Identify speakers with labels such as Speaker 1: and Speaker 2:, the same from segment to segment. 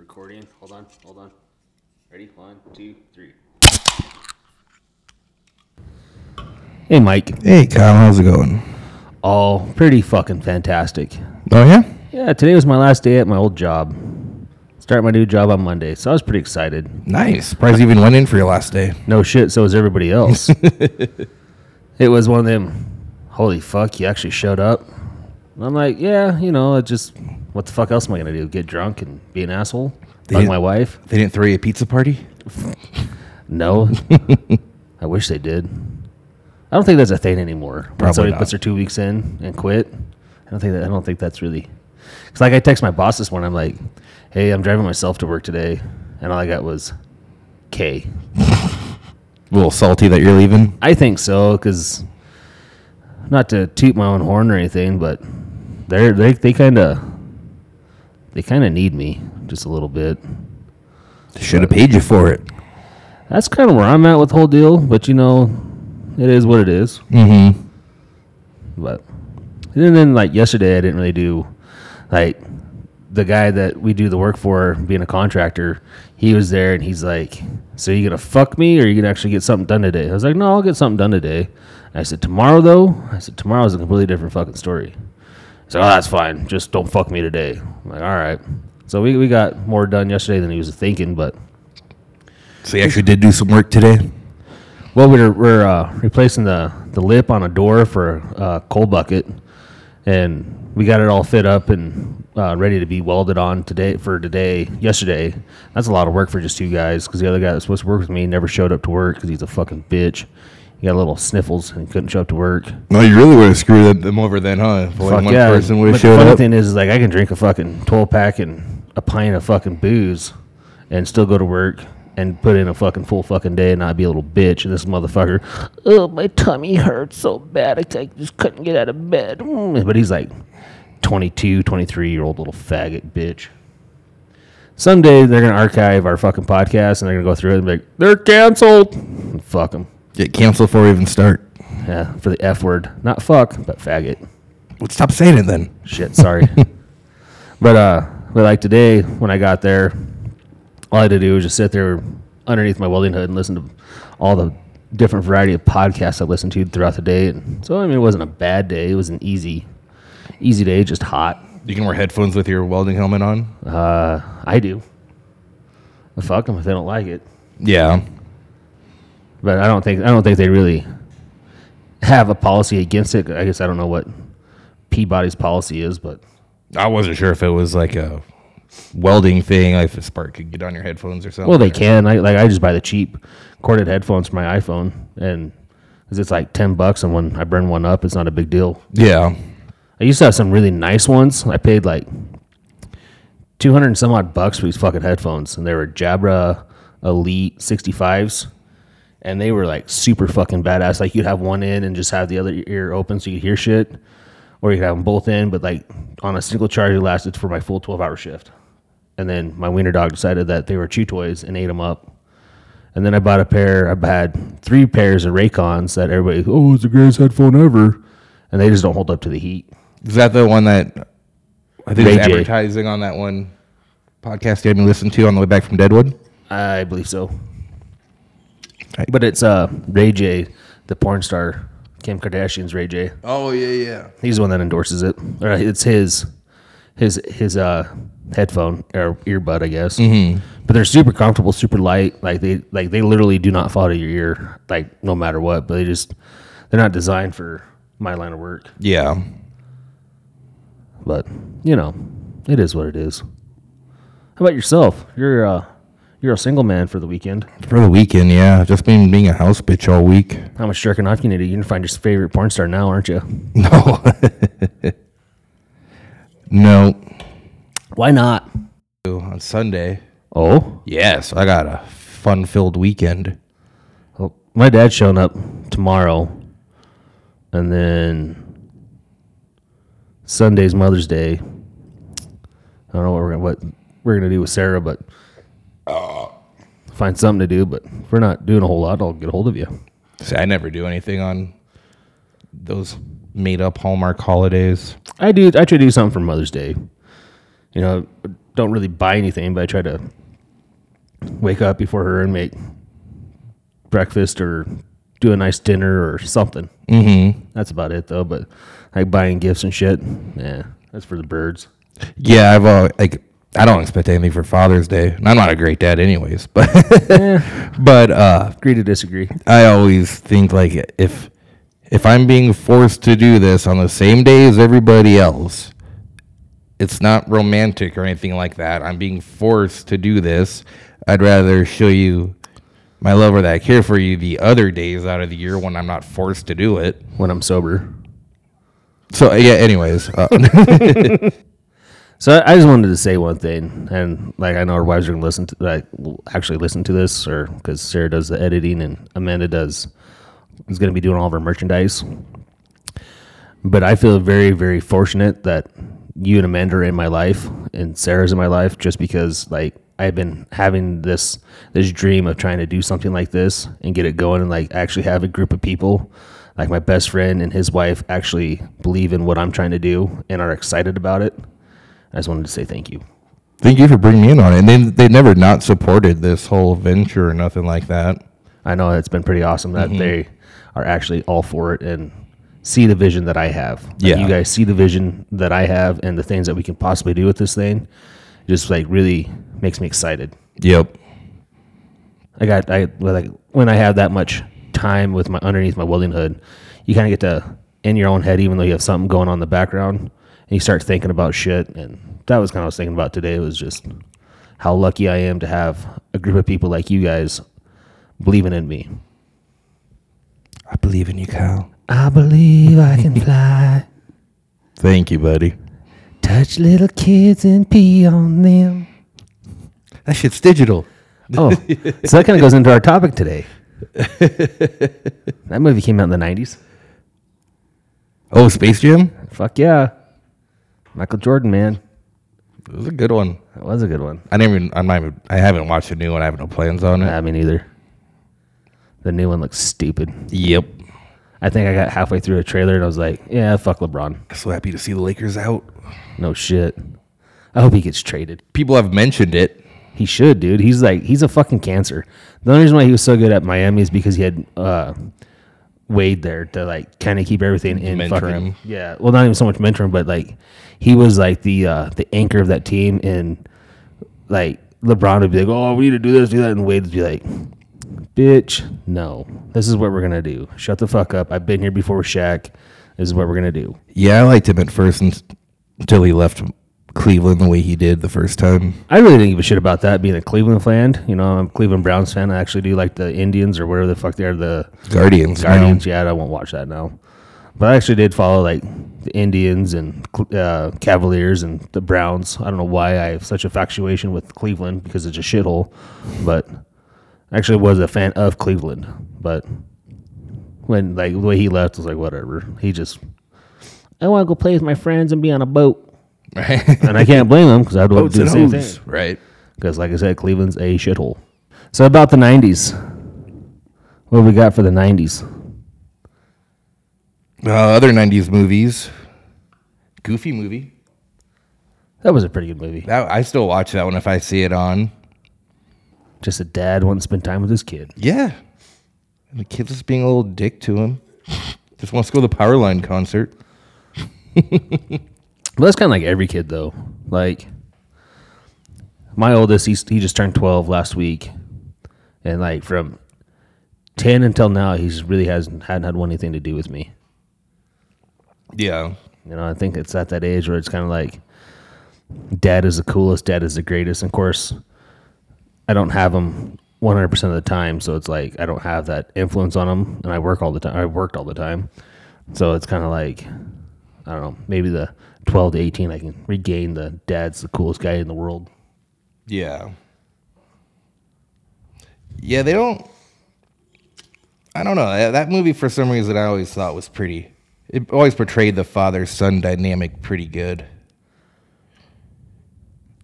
Speaker 1: accordion. Hold on, hold on. Ready? One, two, three.
Speaker 2: Hey, Mike.
Speaker 3: Hey, Kyle, how's it going?
Speaker 2: All pretty fucking fantastic.
Speaker 3: Oh yeah,
Speaker 2: Yeah, today was my last day at my old job. Start my new job on Monday, so I was pretty excited.
Speaker 3: nice. Surprised you even went in for your last day.
Speaker 2: No shit, so was everybody else. it was one of them, holy fuck, you actually showed up. And I'm like, yeah, you know, it just, what the fuck else am I going to do? Get drunk and be an asshole?
Speaker 3: They-
Speaker 2: Bug my wife?
Speaker 3: They didn't throw you a pizza party.
Speaker 2: No. I wish they did. I don't think that's a thing anymore. When
Speaker 3: Probably
Speaker 2: somebody
Speaker 3: not.
Speaker 2: puts their two weeks in and quit. I don't think that. I don't think that's really. Cause like I text my boss this morning. I'm like, "Hey, I'm driving myself to work today," and all I got was K.
Speaker 3: A little salty that you're leaving.
Speaker 2: I think so, cause not to toot my own horn or anything, but they're they they kind of they kind of need me just a little bit.
Speaker 3: Should have paid you for it.
Speaker 2: That's kind of where I'm at with the whole deal. But you know, it is what it is.
Speaker 3: Mm-hmm.
Speaker 2: But and then like yesterday, I didn't really do like the guy that we do the work for, being a contractor. He was there and he's like, "So you gonna fuck me, or you gonna actually get something done today?" I was like, "No, I'll get something done today." I said, "Tomorrow though," I said, "Tomorrow's a completely different fucking story." He's like, "Oh, that's fine. Just don't fuck me today." I'm like, "All right." So we we got more done yesterday than he was thinking, but.
Speaker 3: So you actually did do some work today.
Speaker 2: Well, we're we're uh, replacing the the lip on a door for a uh, coal bucket, and we got it all fit up and uh, ready to be welded on today for today. Yesterday, that's a lot of work for just two guys because the other guy that's supposed to work with me never showed up to work because he's a fucking bitch. He got a little sniffles and couldn't show up to work.
Speaker 3: No, you really would have screwed them- them over then, huh? If only
Speaker 2: Fuck
Speaker 3: one
Speaker 2: yeah!
Speaker 3: person would
Speaker 2: but
Speaker 3: have
Speaker 2: the
Speaker 3: showed
Speaker 2: funny
Speaker 3: up.
Speaker 2: thing is, is, like I can drink a fucking twelve pack and a pint of fucking booze, and still go to work and put in a fucking full fucking day and not be a little bitch. And this motherfucker, oh my tummy hurts so bad, I, I just couldn't get out of bed. Mm, But he's like 22, 23 year old little faggot bitch. Someday they're gonna archive our fucking podcast and they're gonna go through it and be like, they're canceled. And fuck them.
Speaker 3: Get canceled before we even start.
Speaker 2: Yeah, for the f word, not fuck, but faggot.
Speaker 3: Well, stop saying it then.
Speaker 2: shit sorry but uh but like today when i got there all i had to do was just sit there underneath my welding hood and listen to all the different variety of podcasts i listened to throughout the day and so i mean it wasn't a bad day it was an easy easy day just hot
Speaker 3: You can wear headphones with your welding helmet on.
Speaker 2: uh i do fuck them if they don't like it
Speaker 3: Yeah.
Speaker 2: but I don't think I don't think they really have a policy against it. I guess I don't know what Peabody's policy is, but
Speaker 3: I wasn't sure if it was like a welding thing, like if a spark could get on your headphones or something.
Speaker 2: Well, they can. I like I just buy the cheap corded headphones for my iPhone, and 'cause it's like ten bucks, and when I burn one up, it's not a big deal.
Speaker 3: Yeah.
Speaker 2: I used to have some really nice ones. I paid like two hundred and some odd bucks for these fucking headphones, and they were Jabra Elite sixty fives, and they were like super fucking badass. Like you'd have one in and just have the other ear open so you could hear shit, or you could have them both in, but like on a single charge, it lasted for my full twelve hour shift. And then my wiener dog decided that they were chew toys and ate them up. And then I bought a pair. I had three pairs of Raycons that everybody, oh, it's the greatest headphone ever, and they just don't hold up to the heat.
Speaker 3: Is that the one that I think
Speaker 2: Ray
Speaker 3: was
Speaker 2: J.
Speaker 3: advertising on that one podcast you had me listen to on the way back from Deadwood?
Speaker 2: I believe so.
Speaker 3: Right.
Speaker 2: But it's uh Ray J, the porn star, Kim Kardashian's Ray J.
Speaker 3: Oh yeah, yeah.
Speaker 2: He's the one that endorses it. Or uh, it's his his his uh headphone or earbud, I guess. Mm-hmm. But they're super comfortable, super light. Like they like they literally do not fall to your ear, like no matter what. But they just they're not designed for my line of work.
Speaker 3: Yeah.
Speaker 2: But you know, it is what it is. How about yourself? You're uh you're a single man for the weekend.
Speaker 3: For the weekend, yeah. I've just been being a house bitch all week.
Speaker 2: How much jerking off you need? to- You can find your favorite porn star now, aren't you?
Speaker 3: No. no.
Speaker 2: Why not?
Speaker 3: On Sunday.
Speaker 2: Oh,
Speaker 3: Yes, I got a fun filled weekend.
Speaker 2: well, my dad's showing up tomorrow, and then Sunday's Mother's Day. I don't know what we're gonna, what we're gonna do with Sarah, but find something to do. But if we're not doing a whole lot, I'll get a hold of you.
Speaker 3: See, I never do anything on those made up Hallmark holidays.
Speaker 2: I do. I try to do something for Mother's Day. You know, don't really buy anything, but I try to wake up before her and make breakfast or do a nice dinner or something.
Speaker 3: Mm-hmm.
Speaker 2: That's about it though. But like buying gifts and shit, yeah, that's for the birds.
Speaker 3: Yeah, I've uh, like I don't expect anything for Father's Day, and I'm not a great dad, anyways. But but uh,
Speaker 2: Agree to disagree.
Speaker 3: I always think like if if I'm being forced to do this on the same day as everybody else, it's not romantic or anything like that. I'm being forced to do this. I'd rather show you my love or that I care for you the other days out of the year when I'm not forced to do it.
Speaker 2: When I'm sober,
Speaker 3: So yeah, anyways, uh,
Speaker 2: So I I just wanted to say one thing, and like I know our wives are gonna listen to, like will actually listen to this, or because Sarah does the editing and Amanda does is gonna be doing all of our merchandise. But I feel very, very fortunate that you and Amanda are in my life, and Sarah's in my life, just because like I've been having this this dream of trying to do something like this and get it going, and like actually have a group of people. Like my best friend and his wife actually believe in what I'm trying to do and are excited about it. I just wanted to say thank you.
Speaker 3: thank you for bringing me in on it. And they they never not supported this whole venture or nothing like that.
Speaker 2: I know it's been pretty awesome that they are actually all for it and see the vision that I have. Like,
Speaker 3: Yeah.
Speaker 2: you guys see the vision that I have and the things that we can possibly do with this thing. It just like really makes me excited.
Speaker 3: Yep.
Speaker 2: I got I well, like when I have that much time with my underneath my welding hood, you kind of get to in your own head, even though you have something going on in the background, and you start thinking about shit. And that was kind of what I was thinking about today. It was just how lucky I am to have a group of people like you guys believing in me.
Speaker 3: I believe in you, Kyle.
Speaker 2: I believe I can fly,
Speaker 3: Thank you, buddy.
Speaker 2: touch little kids and pee on them.
Speaker 3: That shit's digital.
Speaker 2: Oh, so that kind of goes into our topic today. that movie came out in the 90s.
Speaker 3: Oh, Space Jam?
Speaker 2: Fuck yeah. Michael Jordan, man.
Speaker 3: It was a good one.
Speaker 2: That was a good one.
Speaker 3: I didn't even, I'm not even, I haven't watched the new one. I have no plans on it.
Speaker 2: I mean, either. The new one looks stupid.
Speaker 3: yep.
Speaker 2: I think I got halfway through a trailer and I was like, yeah, fuck LeBron.
Speaker 3: So happy to see the Lakers out.
Speaker 2: No shit. I hope he gets traded.
Speaker 3: People have mentioned it.
Speaker 2: He should, dude. He's like, he's a fucking cancer. The only reason why he was so good at Miami is because he had uh, Wade there to like kind of keep everything in
Speaker 3: Mentor
Speaker 2: fucking.
Speaker 3: him.
Speaker 2: Yeah, well, not even so much mentor him, but like he was like the uh, the anchor of that team, and like LeBron would be like, "Oh, we need to do this, do that," and Wade would be like, "Bitch, no, this is what we're gonna do. Shut the fuck up. I've been here before, Shaq. This is what we're gonna do."
Speaker 3: Yeah, I liked him at first un- until he left Cleveland the way he did the first time.
Speaker 2: I really didn't give a shit about that being a Cleveland fan. You know, I'm a Cleveland Browns fan. I actually do like the Indians or whatever the fuck they are, the
Speaker 3: Guardians. now.
Speaker 2: Guardians. Yeah, I won't watch that now. But I actually did follow like the Indians and uh, Cavaliers and the Browns. I don't know why I have such a infatuation with Cleveland because it's a shithole, but I actually was a fan of Cleveland. But when like the way he left I was like whatever. He just I want to go play with my friends and be on a boat,
Speaker 3: Right?
Speaker 2: and I can't blame him because I'd want
Speaker 3: Boats
Speaker 2: to do
Speaker 3: and
Speaker 2: the same
Speaker 3: hoes,
Speaker 2: thing.
Speaker 3: Right.
Speaker 2: Because like I said, Cleveland's a shithole. So about the '90s, what we got for the '90s?
Speaker 3: Uh, other 90s movies. Goofy movie.
Speaker 2: That was a pretty good movie.
Speaker 3: That, I still watch that one if I see it on.
Speaker 2: Just a dad wanting to spend time with his kid.
Speaker 3: Yeah. And the kid's just being a little dick to him. Just wants to go to the Powerline concert.
Speaker 2: Well, that's kind of like every kid, though. Like, my oldest, he's, he just turned 12 last week. And, like, from 10 until now, he's really hasn't hadn't had one anything to do with me.
Speaker 3: Yeah.
Speaker 2: You know, I think it's at that age where it's kind of like, dad is the coolest, dad is the greatest. And of course, I don't have him 100% of the time. So it's like, I don't have that influence on him. And I work all the time. I worked all the time. So it's kind of like, I don't know, maybe the 12 to 18, I can regain the dad's the coolest guy in the world.
Speaker 3: Yeah. Yeah, they don't. I don't know. That, that movie, for some reason, I always thought was pretty. It always portrayed the father son dynamic pretty good.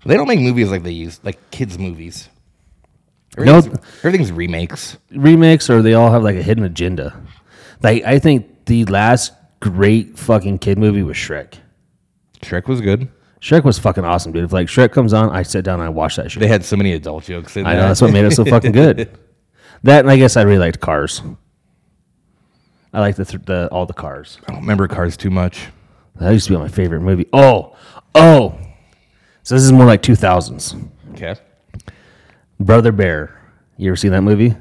Speaker 3: They don't make movies like they used, like kids' movies. Everything's, everything's remakes.
Speaker 2: Remakes, or they all have like a hidden agenda. Like, I think the last great fucking kid movie was Shrek.
Speaker 3: Shrek was good.
Speaker 2: Shrek was fucking awesome, dude. If like Shrek comes on, I sit down and I watch that shit.
Speaker 3: They had so many adult jokes in
Speaker 2: I
Speaker 3: there.
Speaker 2: know that's what made it so fucking good. That and I guess I really liked Cars. I like the, th- the all the Cars.
Speaker 3: I don't remember Cars too much.
Speaker 2: That used to be my favorite movie. Oh, oh. So this is more like two thousands.
Speaker 3: Okay.
Speaker 2: Brother Bear. You ever seen that movie,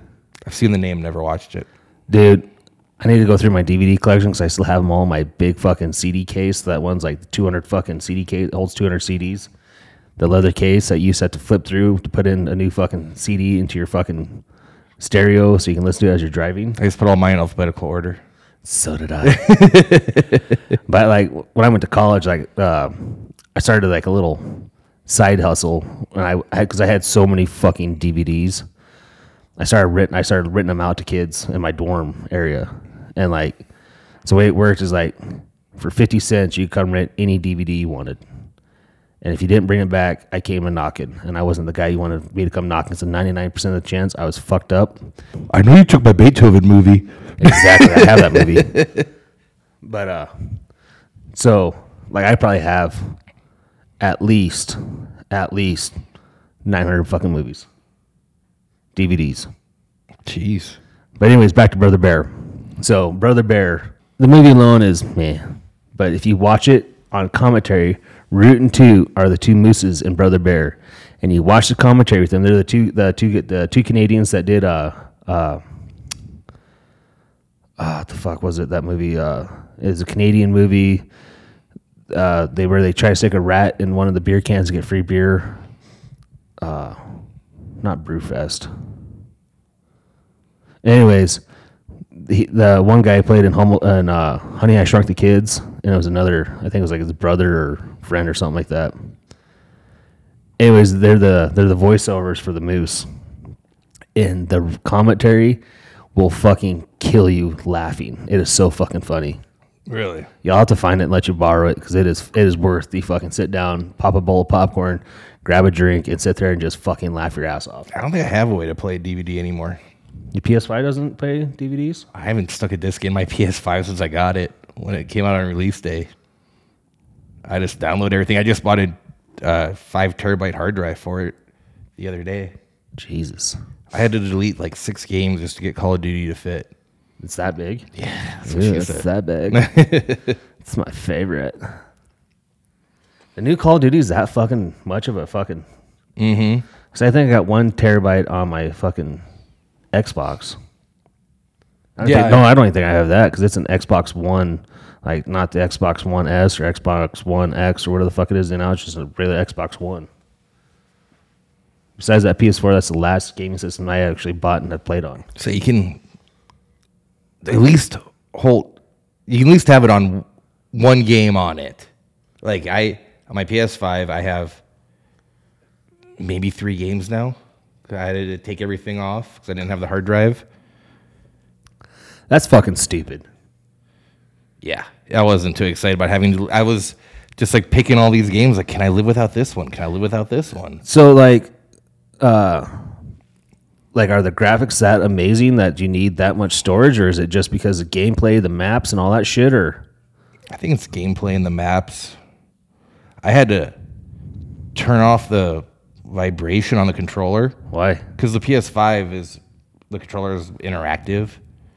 Speaker 3: I've seen the name, never watched it.
Speaker 2: dude? I need to go through my DVD collection because I still have them all in my big fucking CD case. That one's like two hundred fucking CD case holds two hundred CDs. The leather case that you used to have to flip through to put in a new fucking CD into your fucking stereo so you can listen to it as you're driving.
Speaker 3: I just put all mine in alphabetical order.
Speaker 2: So did I. but like when I went to college, like uh, I started like a little side hustle, and I because I, had so many fucking DVDs, I started written I started renting them out to kids in my dorm area, and like so the way it worked is like for fifty cents you could come rent any DVD you wanted. And if you didn't bring it back, I came and knocking, and I wasn't the guy you wanted me to come knocking. So ninety nine percent of the chance, I was fucked up.
Speaker 3: I know you took my Beethoven movie.
Speaker 2: Exactly. I have that movie. But uh so like I probably have at least at least 900 fucking movies. DVDs.
Speaker 3: Jeez.
Speaker 2: But anyways, back to Brother Bear. So Brother Bear, the movie alone is meh. But if you watch it on commentary, Root and Two are the two mooses in Brother Bear, and you watch the commentary with them. They're the two the two the two Canadians that did uh uh. Ah, what the fuck was it? That movie uh, is a Canadian movie. Uh, they where they try to stick a rat in one of the beer cans to get free beer. Uh, not Brewfest. Anyways, the, the one guy played in Humble and uh, Honey I Shrunk the Kids, and it was another. I think it was like his brother or friend or something like that. Anyways, they're the they're the voiceovers for the moose, and the commentary will fucking kill you laughing. It is so fucking funny.
Speaker 3: Really?
Speaker 2: Y'all have to find it and let you borrow it because it is it is worth the fucking sit down, pop a bowl of popcorn, grab a drink, and sit there and just fucking laugh your ass off.
Speaker 3: I don't think I have a way to play DVD anymore.
Speaker 2: Your PS5 doesn't play DVDs.
Speaker 3: I haven't stuck a disc in my PS5 since I got it when it came out on release day. I just download everything. I just bought a uh, five terabyte hard drive for it the other day.
Speaker 2: Jesus.
Speaker 3: I had to delete like six games just to get Call of Duty to fit.
Speaker 2: It's that big? Yeah.
Speaker 3: That's what she
Speaker 2: it's
Speaker 3: said.
Speaker 2: that big. it's my favorite. The new Call of Duty is that fucking much of a fucking. Mm hmm.
Speaker 3: Mm-hmm.
Speaker 2: Because I think I got one terabyte on my fucking Xbox. I don't
Speaker 3: Yeah,
Speaker 2: think- no, I don't even think I have that because it's an Xbox One, like not the Xbox One S or Xbox One X or whatever the fuck it is. And now it's just a regular Xbox One. Besides that PS4, that's the last gaming system I actually bought and I played on.
Speaker 3: So you can at least hold, you can at least have it on one game on it. Like I, on my PS5, I have maybe three games now. I had to take everything off because I didn't have the hard drive.
Speaker 2: That's fucking stupid.
Speaker 3: Yeah, I wasn't too excited about having to. I was just like picking all these games. Like, can I live without this one? Can I live without this one?
Speaker 2: So like, uh, like are the graphics that amazing that you need that much storage, or is it just because the gameplay, the maps, and all that shit? Or
Speaker 3: I think it's gameplay and the maps. I had to turn off the vibration on the controller.
Speaker 2: why?
Speaker 3: because the PS5 is the controller is interactive.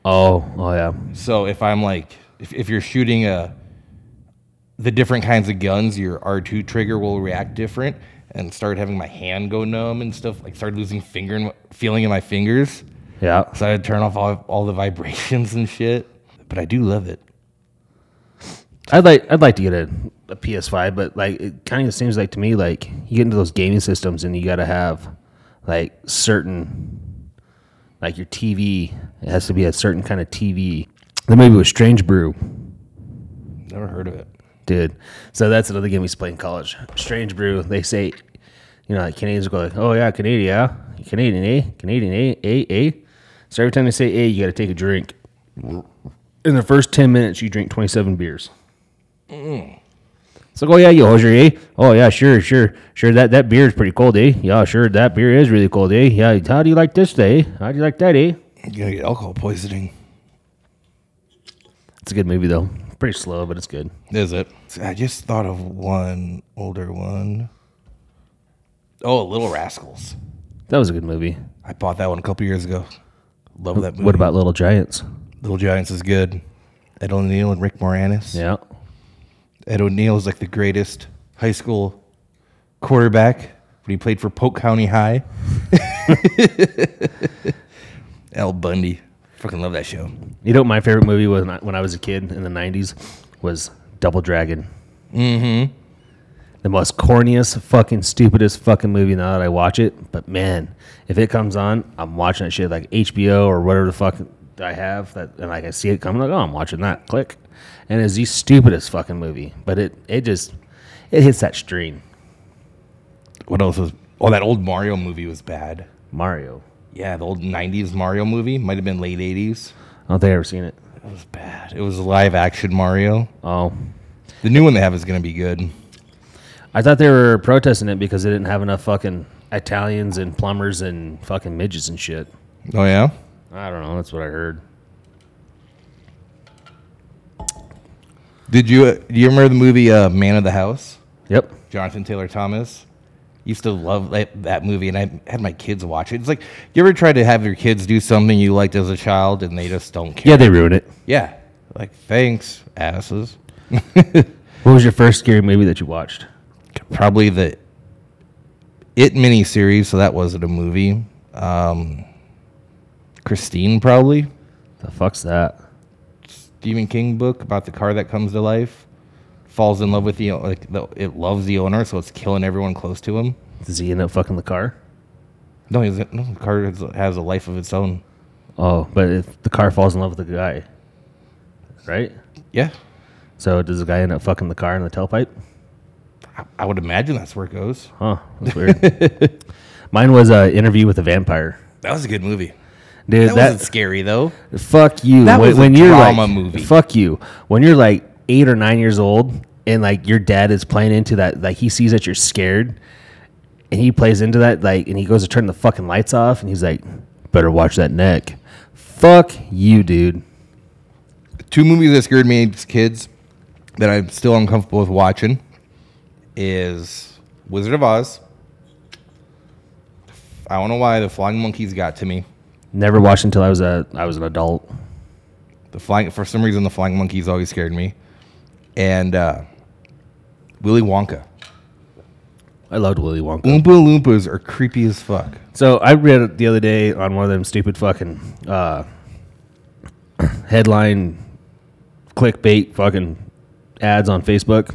Speaker 2: Oh, oh yeah,
Speaker 3: So if I'm like, if, if you're shooting a, the different kinds of guns, your R2 trigger will react different, and start having my hand go numb and stuff. Like started losing finger and feeling in my fingers.
Speaker 2: yeah.
Speaker 3: So I had to turn off all, all the vibrations and shit. But I do love it.
Speaker 2: I'd like I'd like to get a, a PS5, but like it kind of seems like to me like you get into those gaming systems and you got to have like certain like your TV. It has to be a certain kind of TV. The movie was Strange Brew.
Speaker 3: Never heard of it.
Speaker 2: dude. So that's another game we used to play in college. Strange Brew. They say, you know, like Canadians go like, "Oh yeah, Canadian, yeah, Canadian, eh, Canadian, eh, eh, eh." So every time they say "eh," you got to take a drink. In the first ten minutes, you drink twenty-seven beers. It's like, oh yeah, you hosier, eh? Oh yeah, sure, sure, sure. That that beer is pretty cold, eh? Yeah, sure, that beer is really cold, eh? Yeah, how do you like this, eh? How do you like that, eh?
Speaker 3: You're gonna get alcohol poisoning.
Speaker 2: It's a good movie though. Pretty slow, but it's good.
Speaker 3: Is it?
Speaker 4: I just thought of one older one.
Speaker 3: Oh, Little Rascals.
Speaker 2: That was a good movie.
Speaker 4: I bought that one a couple years ago. Love that movie.
Speaker 3: Mhm.
Speaker 2: What about Little Giants?
Speaker 4: Little Giants is good. Ed O'Neill and Rick Moranis.
Speaker 2: Yeah.
Speaker 4: Ed O'Neill is like the greatest high school quarterback when he played for Polk County High.
Speaker 3: Al Bundy. Fucking love that show.
Speaker 2: You know, what my favorite movie was when I, when I was a kid in the '90s was Double Dragon. Mm-hmm. The most corniest, fucking stupidest, fucking movie. Now that I watch it, but man, if it comes on, I'm watching that shit like HBO or whatever the fuck I have that, and like I see it coming, like oh, I'm watching that. Click, and it's the stupidest fucking movie. But it it just it hits that string.
Speaker 3: What else was? Oh, that old Mario movie was bad.
Speaker 2: Mario.
Speaker 3: Yeah, the old '90s Mario movie might have been late '80s.
Speaker 2: I don't think I have ever seen it.
Speaker 3: It was bad. It was live action Mario.
Speaker 2: Oh,
Speaker 3: The new one they have is gonna be good.
Speaker 2: I thought they were protesting it because they didn't have enough fucking Italians and plumbers and fucking midgets and shit.
Speaker 3: Oh yeah.
Speaker 2: I don't know. That's what I heard.
Speaker 3: Did you? Uh, do you remember the movie uh, Man of the House?
Speaker 2: Yep.
Speaker 3: Jonathan Taylor Thomas. Used to love that, that movie, and I had my kids watch it. It's like you ever try to have your kids do something you liked as a child, and they just don't care.
Speaker 2: Yeah, they ruined it.
Speaker 3: Yeah. Like thanks, asses.
Speaker 2: What was your first scary movie that you watched?
Speaker 3: Probably the It miniseries, so that wasn't a movie. Um, Christine, probably
Speaker 2: The fuck's that?
Speaker 3: Stephen King book about the car that comes to life, falls in love with the like the, it loves the owner, so it's killing everyone close to him.
Speaker 2: Does he end up fucking the car?
Speaker 3: No, he's, no, the car has, has a life of its own.
Speaker 2: Oh, but if the car falls in love with the guy, right?
Speaker 3: Yeah,
Speaker 2: So does the guy end up fucking the car in the tailpipe?
Speaker 3: I, I would imagine that's where it goes.
Speaker 2: Huh. That's weird. Mine was uh, Interview with a Vampire.
Speaker 3: That was a good movie.
Speaker 2: Dude,
Speaker 3: That,
Speaker 2: that,
Speaker 3: wasn't scary though.
Speaker 2: Fuck you.
Speaker 3: That
Speaker 2: when,
Speaker 3: was a
Speaker 2: when you're
Speaker 3: drama
Speaker 2: like,
Speaker 3: movie.
Speaker 2: Fuck you. When you're like eight or nine years old, and like your dad is playing into that, like he sees that you're scared, and he plays into that, like, and he goes to turn the fucking lights off, and he's like, "Better watch that neck." Fuck you, dude.
Speaker 3: Two movies that scared me as kids that I'm still uncomfortable with watching is Wizard of Oz. I don't know why the flying monkeys got to me.
Speaker 2: Never watched until I was a I was an adult.
Speaker 3: The flying for some reason the flying monkeys always scared me, and uh, Willy Wonka.
Speaker 2: I loved Willy Wonka.
Speaker 3: Oompa Loompas are creepy as fuck.
Speaker 2: So I read it the other day on one of them stupid fucking uh, headline clickbait fucking ads on Facebook.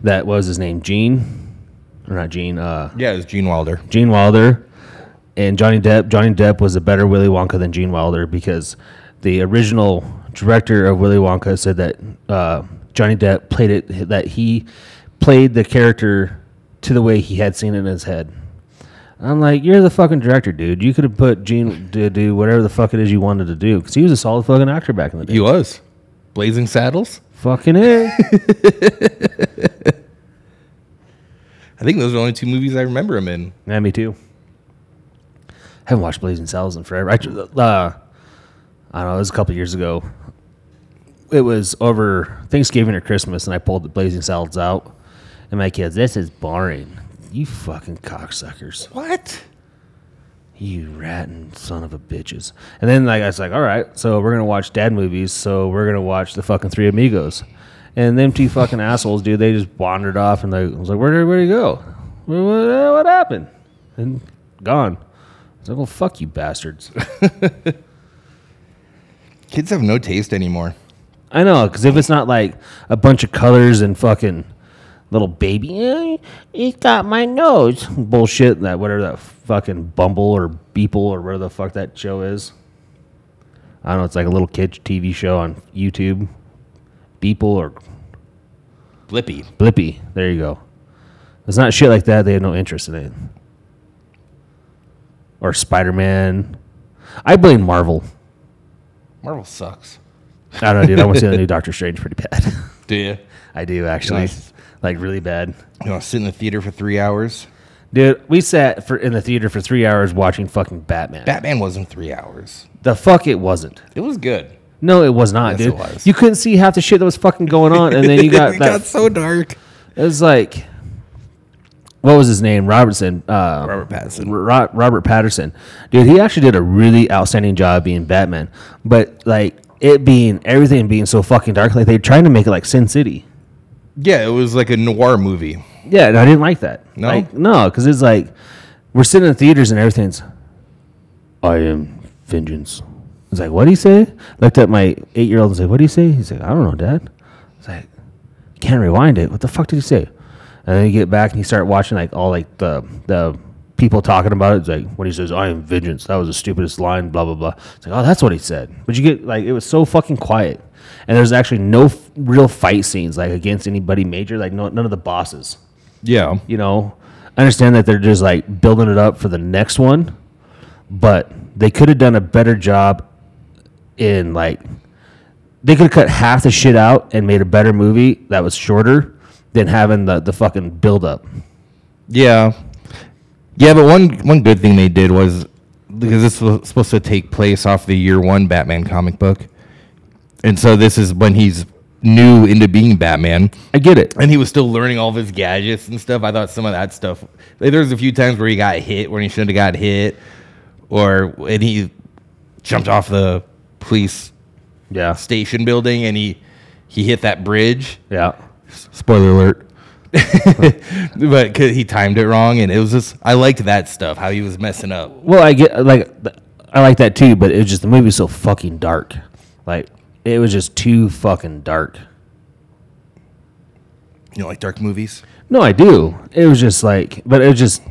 Speaker 2: That was his name, Gene, or not Gene, uh,
Speaker 3: Yeah, it's Gene Wilder.
Speaker 2: Gene Wilder, and Johnny Depp. Johnny Depp was a better Willy Wonka than Gene Wilder because the original director of Willy Wonka said that uh, Johnny Depp played it that he played the character to the way he had seen it in his head. I'm like, you're the fucking director, dude. You could have put Gene to do whatever the fuck it is you wanted to do because he was a solid fucking actor back in the day.
Speaker 3: He was Blazing Saddles.
Speaker 2: fucking it.
Speaker 3: I think those are the only two movies I remember him in.
Speaker 2: yeah, me too. haven't watched Blazing Saddles in forever. I, ju- uh, I don't know, it was a couple years ago. It was over Thanksgiving or Christmas, and I pulled the Blazing Saddles out, and my kids, this is boring. You fucking cocksuckers.
Speaker 3: What?
Speaker 2: You ratting son of a bitches. And then like I was like, all right, so we're gonna watch dad movies, so we're gonna watch the fucking Three Amigos. And them two fucking assholes, dude, they just wandered off and they I was like, where did everybody go? What, what, what happened? And gone. I was like, well, fuck you bastards.
Speaker 3: Kids have no taste anymore.
Speaker 2: I know, because if it's not like a bunch of colors and fucking little baby, eh, it got my nose bullshit. That whatever that fucking Bumble or Beeple or whatever the fuck that show is. I don't know. It's like a little kid TV show on YouTube. Beeple or
Speaker 3: Blippy.
Speaker 2: Blippy. There you go. It's not shit like that. They have no interest in it. Or Spider Man. I blame Marvel.
Speaker 3: Marvel sucks.
Speaker 2: I don't know, dude. I want to see the new Doctor Strange pretty bad.
Speaker 3: Do you?
Speaker 2: I do actually,
Speaker 3: Nice.
Speaker 2: like really bad.
Speaker 3: You know, sit in the theater for three hours.
Speaker 2: Dude, we sat for in the theater for three hours watching fucking Batman.
Speaker 3: Batman wasn't three hours.
Speaker 2: the fuck it wasn't.
Speaker 3: It was good.
Speaker 2: No, it was not,
Speaker 3: Yes,
Speaker 2: dude.
Speaker 3: it was.
Speaker 2: You couldn't see half the shit that was fucking going on, and then you got
Speaker 3: it
Speaker 2: that.
Speaker 3: got so dark.
Speaker 2: it was like, what was his name? Robertson. Uh,
Speaker 3: Robert Pattinson.
Speaker 2: Ro- Robert Patterson, dude, he actually did a really outstanding job being Batman. But like it being everything being so fucking dark, like they're trying to make it like Sin City.
Speaker 3: Yeah, it was like a noir movie.
Speaker 2: Yeah, and I didn't like that.
Speaker 3: No?
Speaker 2: like, no, because it's like we're sitting in theaters and everything's. I am vengeance. It's like, what do you say? Looked at my eight year old and said, "What do you say?" He's like, "I don't know, Dad." It's like, you can't rewind it. What the fuck did he say? And then you get back and you start watching like all like the the people talking about it. It's like when he says, "I am vengeance." That was the stupidest line. Blah blah blah. It's like, oh, that's what he said. But you get like it was so fucking quiet, and there's actually no f- real fight scenes like against anybody major. Like no, none of the bosses
Speaker 3: Yeah.
Speaker 2: you know i understand that they're just like building it up for the next one but they could have done a better job in like they could have cut half the shit out and made a better movie that was shorter than having the, the fucking build up
Speaker 3: Yeah. Yeah, but one one good thing they did was because this was supposed to take place off the year one Batman comic book. And so this is when he's new into being Batman.
Speaker 2: i get it
Speaker 3: And he was still learning all of his gadgets and stuff. I thought some of that stuff like, there was a few times where he got hit when he shouldn't have got hit. Or and he jumped off the police
Speaker 2: yeah
Speaker 3: station building and he he hit that bridge.
Speaker 2: yeah
Speaker 3: Spoiler alert. but 'cause he timed it wrong, and it was just I liked that stuff. How he was messing up.
Speaker 2: well i get like th- i like that too but it was just the movie was so fucking dark like it was just too fucking dark
Speaker 3: You know, like dark movies.
Speaker 2: No, I do. It was just like, but it was just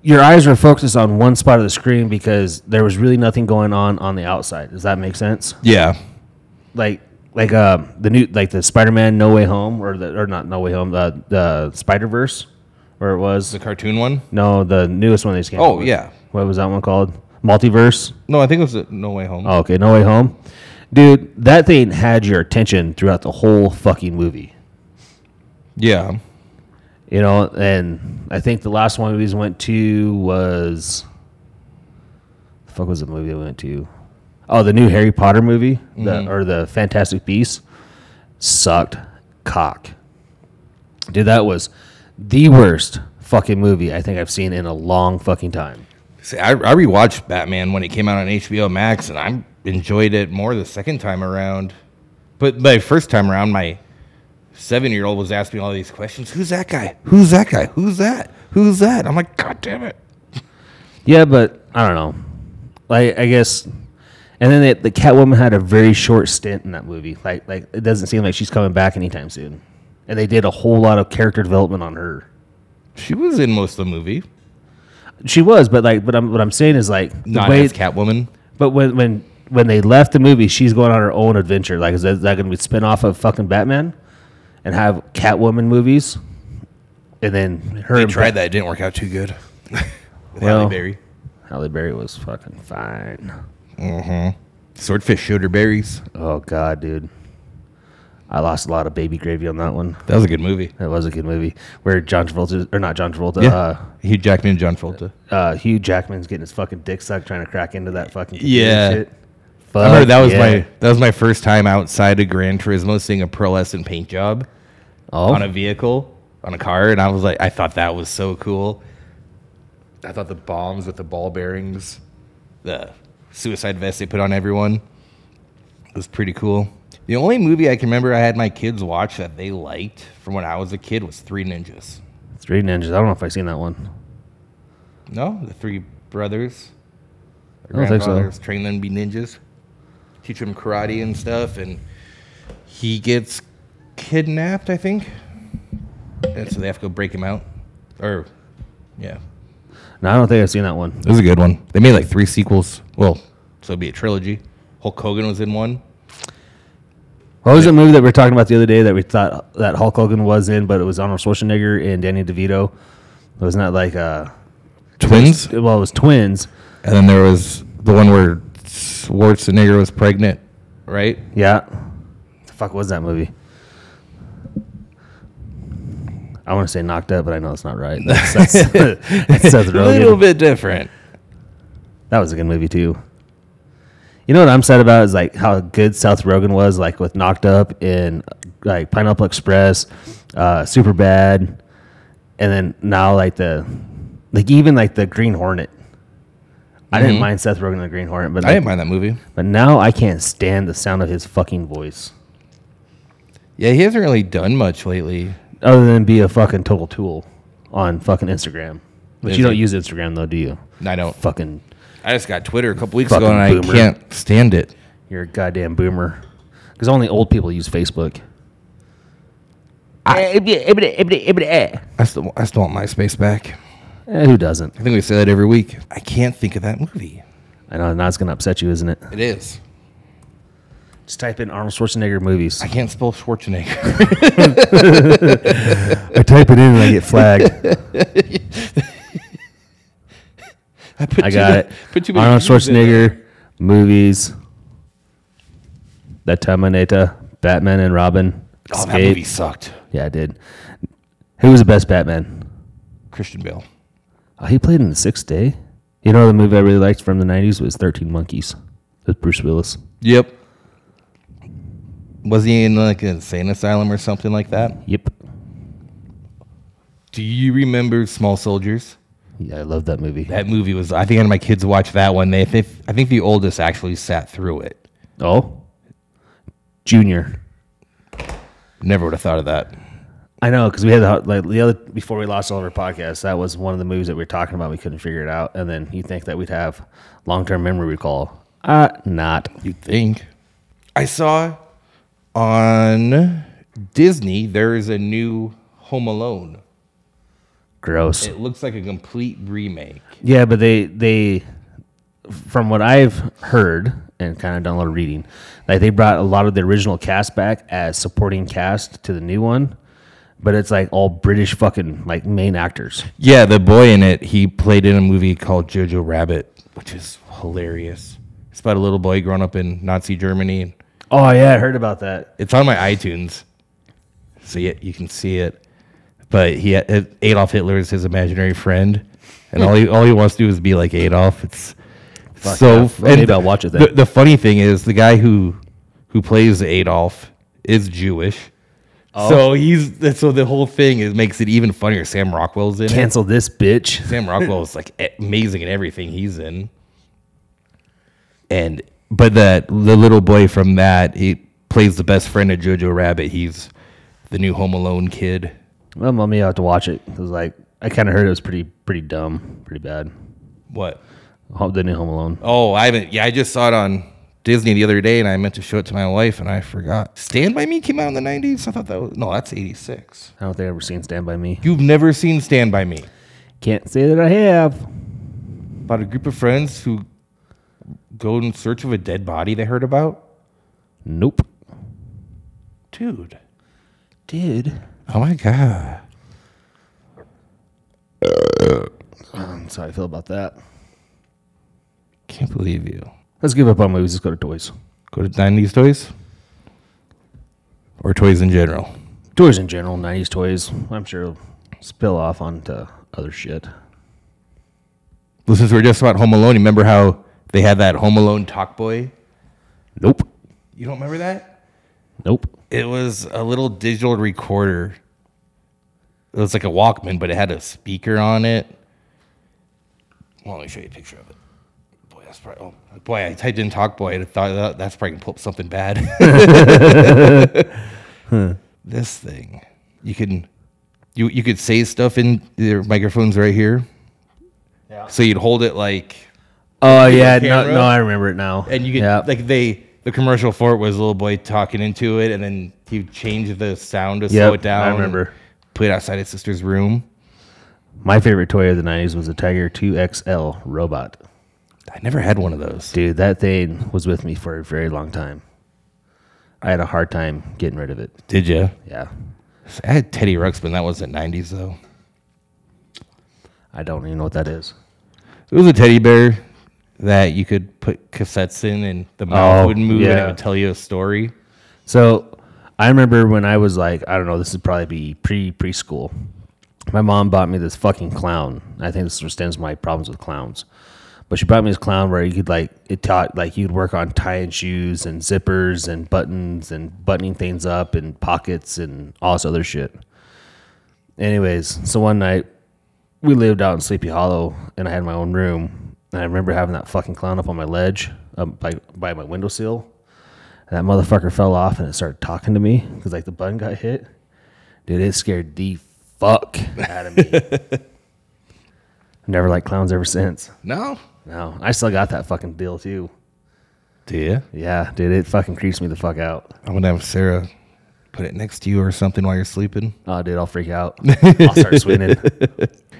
Speaker 2: your eyes were focused on one spot of the screen because there was really nothing going on on the outside. Does that make sense?
Speaker 3: Yeah,
Speaker 2: Like, like uh, the new, like the Spider-Man No Way Home, or the, or not No Way Home, the the Spider Verse, where it was.
Speaker 3: the cartoon one.
Speaker 2: No, the newest one they just came. out
Speaker 3: Oh
Speaker 2: with.
Speaker 3: yeah.
Speaker 2: what was that one called? Multiverse.
Speaker 3: No, I think it was uh, No Way Home.
Speaker 2: Oh, okay, No Way Home, dude. That thing had your attention throughout the whole fucking movie.
Speaker 3: Yeah,
Speaker 2: You know, and I think the last one we went to was the fuck was the movie I went to? Oh, the new Harry Potter movie, the, or the Fantastic Beasts, sucked cock. Dude, that was the worst fucking movie I think I've seen in a long fucking time.
Speaker 3: See, I, I rewatched Batman when it came out on HBO Max, and I enjoyed it more the second time around. But my first time around, my seven-year-old was asking me all these questions. Who's that guy? Who's that guy? Who's that? Who's that? I'm like, God damn it!
Speaker 2: Yeah, but I don't know. Like, I guess, and then the, the Catwoman had a very short stint in that movie. Like, like it doesn't seem like she's coming back anytime soon. And they did a whole lot of character development on her.
Speaker 3: She was in most of the movie.
Speaker 2: She was, but like, but I'm what I'm saying is like the
Speaker 3: Not
Speaker 2: way.
Speaker 3: as Catwoman.
Speaker 2: But when when when they left the movie, she's going on her own adventure. Like, is that, is that going to be a spin off of fucking Batman, and have Catwoman movies, and then her
Speaker 3: They
Speaker 2: and
Speaker 3: tried that. It didn't work out too good. With
Speaker 2: Well-
Speaker 3: Halle Berry.
Speaker 2: Halle Berry was fucking fine.
Speaker 3: Swordfish showed her berries.
Speaker 2: Oh god, dude, I lost a lot of baby gravy on that one.
Speaker 3: That was a good movie.
Speaker 2: That was a good movie where John Travolta or not John Travolta, uh,
Speaker 3: Hugh Jackman and John Travolta.
Speaker 2: uh, Hugh Jackman's getting his fucking dick sucked trying to crack into that fucking computer
Speaker 3: Yeah.
Speaker 2: Shit.
Speaker 3: I remember
Speaker 2: Fuck
Speaker 3: that was
Speaker 2: Uh, yeah.
Speaker 3: my that was my first time outside of Gran Turismo seeing a pearlescent paint job
Speaker 2: oh
Speaker 3: on a vehicle, on a car, and I was like, I thought that was so cool. I thought the bombs with the ball bearings, the suicide vest they put on everyone was pretty cool. The only movie I can remember I had my kids watch that they liked from when I was a kid was Three Ninjas.
Speaker 2: Three Ninjas. I don't know if I've seen that one.
Speaker 3: No, the three brothers.
Speaker 2: I don't think so.
Speaker 3: Train them to be ninjas, teach them karate and stuff, and he gets kidnapped, I think. And so they have to go break him out. Or, yeah,
Speaker 2: No, I don't think I've seen that one.
Speaker 3: it was a good one. They made like three sequels. Well, so it'd be a trilogy. Hulk Hogan was in one.
Speaker 2: What was the movie that we were talking about the other day that we thought that Hulk Hogan was in, but it was Arnold Schwarzenegger and Danny DeVito? It was not like uh
Speaker 3: Twins,
Speaker 2: well, it was twins.
Speaker 3: and then there was the one where Schwarzenegger was pregnant, right?
Speaker 2: Yeah. The fuck was that movie? I want to say knocked up, but I know it's not right. That's, that's, that's Seth
Speaker 3: A little
Speaker 2: Rogen.
Speaker 3: bit different.
Speaker 2: That was a good movie too. You know what I'm sad about is like how good South Rogan was, like with Knocked Up and like Pineapple Express, uh, Super Bad, and then now like the like even like the Green Hornet. I didn't mind Seth Rogen and the Green Hornet, but
Speaker 3: Mm-hmm. I
Speaker 2: like,
Speaker 3: didn't mind that movie.
Speaker 2: but now I can't stand the sound of his fucking voice,
Speaker 3: Yeah, he hasn't really done much lately.
Speaker 2: other than be a fucking total tool on fucking Instagram. But
Speaker 3: Is
Speaker 2: you don't
Speaker 3: he?
Speaker 2: use Instagram though, do you?
Speaker 3: I don't.
Speaker 2: Fucking,
Speaker 3: I just got Twitter a couple weeks
Speaker 2: Fucking
Speaker 3: ago, and
Speaker 2: boomer.
Speaker 3: I can't stand it.
Speaker 2: you're a goddamn boomer. Because only old people use Facebook. Eh,
Speaker 3: I still, I still want MySpace back.
Speaker 2: Eh, who doesn't?
Speaker 3: I think we say that every week. I can't think of that movie.
Speaker 2: I know now it's gonna upset you, isn't it?
Speaker 3: It is.
Speaker 2: Just type in Arnold Schwarzenegger movies.
Speaker 3: I can't spell Schwarzenegger.
Speaker 2: I type it in and I get flagged.
Speaker 3: I, put
Speaker 2: I
Speaker 3: too
Speaker 2: got
Speaker 3: many-
Speaker 2: it.
Speaker 3: Put too many
Speaker 2: Arnold
Speaker 3: G's in there.
Speaker 2: Schwarzenegger movies. The Terminator, Batman and Robin.
Speaker 3: Oh, that
Speaker 2: Escape.
Speaker 3: movie sucked.
Speaker 2: Yeah, I did. Who was the best Batman?
Speaker 3: Christian Bale.
Speaker 2: Oh, he played in The Sixth Day. You know the movie I really liked from the '90s was Thirteen Monkeys with Bruce Willis.
Speaker 3: Yep. Was he in like an insane asylum or something like that?
Speaker 2: Yep.
Speaker 3: Do you remember Small Soldiers?
Speaker 2: Yeah, I love that movie.
Speaker 3: That movie was. I think I had my kids watch that one. They, they, I think the oldest actually sat through it.
Speaker 2: Oh, Junior.
Speaker 3: Never would have thought of that.
Speaker 2: I know because we had the, like the other before we lost all of our podcasts. That was one of the movies that we were talking about. We couldn't figure it out, and then you think that we'd have long term memory recall? Uh not.
Speaker 3: You think? I saw on Disney there is a new Home Alone.
Speaker 2: Gross.
Speaker 3: It looks like a complete remake.
Speaker 2: Yeah, but they they from what I've heard and kind of done a lot of reading, like they brought a lot of the original cast back as supporting cast to the new one, but it's like all British fucking like main actors.
Speaker 3: Yeah, the boy in it, he played in a movie called Jojo Rabbit, which is hilarious. It's about a little boy growing up in Nazi Germany.
Speaker 2: Oh yeah, I heard about that.
Speaker 3: It's on my iTunes. See it, you can see it. But he had- Adolf Hitler is his imaginary friend, and all he all he wants to do is be like Adolf. It's so
Speaker 2: yeah.
Speaker 3: f-
Speaker 2: Well,
Speaker 3: and
Speaker 2: maybe I'll watch it
Speaker 3: the-
Speaker 2: then.
Speaker 3: The, funny thing is, the guy who who plays Adolf is Jewish.
Speaker 2: Oh.
Speaker 3: So he's so the whole thing is makes it even funnier. Sam Rockwell's in it.
Speaker 2: Cancel this bitch.
Speaker 3: Sam Rockwell is like a- amazing in everything he's in. And but that the little boy from that he plays the best friend of Jojo Rabbit. He's the new Home Alone kid.
Speaker 2: Well, mommy, I have to watch it. It was like I kind of heard it was pretty pretty dumb, pretty bad.
Speaker 3: What?
Speaker 2: Ho- The new Home Alone.
Speaker 3: Oh, I haven't. Yeah, I just saw it on Disney the other day, and I meant to show it to my wife, and I forgot. Stand by Me came out in the '90s. I thought that was no, that's '86.
Speaker 2: I don't think I've ever seen Stand by Me.
Speaker 3: You've never seen Stand by Me?
Speaker 2: Can't say that I have.
Speaker 3: About a group of friends who go in search of a dead body they heard about.
Speaker 2: Nope.
Speaker 3: Dude.
Speaker 2: Did.
Speaker 3: Oh my god.
Speaker 2: That's how I feel about that.
Speaker 3: Can't believe you.
Speaker 2: Let's give up on movies. Let's go to toys.
Speaker 3: Go to 90s toys or toys in general.
Speaker 2: Toys in general, 90s toys. I'm sure it'll spill off onto other shit.
Speaker 3: Listen, we were just about Home Alone. You Remember how they had that Home Alone talk boy?
Speaker 2: Nope.
Speaker 3: You don't remember that?
Speaker 2: Nope.
Speaker 3: It was a little digital recorder. It was like a Walkman, but it had a speaker on it. Well, let me show you a picture of it. Boy, that's probably. Oh, boy, I typed in talk boy and I thought "Oh, that's probably gonna pull up something bad. This thing, you can, you you could say stuff in your microphones right here. Yeah. So you'd hold it like,
Speaker 2: Oh, yeah. No,
Speaker 3: camera?
Speaker 2: no, I remember it now.
Speaker 3: and you could
Speaker 2: yeah.
Speaker 3: like they the commercial for it was a little boy talking into it, and then he would change the sound to
Speaker 2: Yep,
Speaker 3: slow it down.
Speaker 2: I remember.
Speaker 3: Put it outside his sister's room.
Speaker 2: My favorite toy of the 90s was a Tiger 2XL robot.
Speaker 3: I never had one of those.
Speaker 2: Dude, that thing was with me for a very long time. I had a hard time getting rid of it.
Speaker 3: Did you?
Speaker 2: Yeah.
Speaker 3: I had Teddy Ruxpin. That wasn't '90s though.
Speaker 2: I don't even know what that is.
Speaker 3: It was a teddy bear that you could put cassettes in, and the mouth
Speaker 2: Oh,
Speaker 3: would move, and
Speaker 2: yeah.
Speaker 3: it would tell you a story.
Speaker 2: So I remember when I was like, I don't know, this would probably be pre preschool. My mom bought me this fucking clown. I think this stems from my problems with clowns. But she brought me this clown where you could like it taught like you could work on tying shoes and zippers and buttons and buttoning things up and pockets and all this other shit. Anyways, so one night we lived out in Sleepy Hollow and I had my own room. And I remember having that fucking clown up on my ledge, um, by, by my windowsill. And that motherfucker fell off and it started talking to me because like the button got hit. Dude, it scared the fuck out of me. Never liked clowns ever since.
Speaker 3: No.
Speaker 2: No, I still got that fucking bill too.
Speaker 3: Do you?
Speaker 2: Yeah, dude, it fucking creeps me the fuck out.
Speaker 3: I'm gonna have Sarah put it next to you or something while you're sleeping.
Speaker 2: Oh, dude, I'll freak out. I'll start swinging.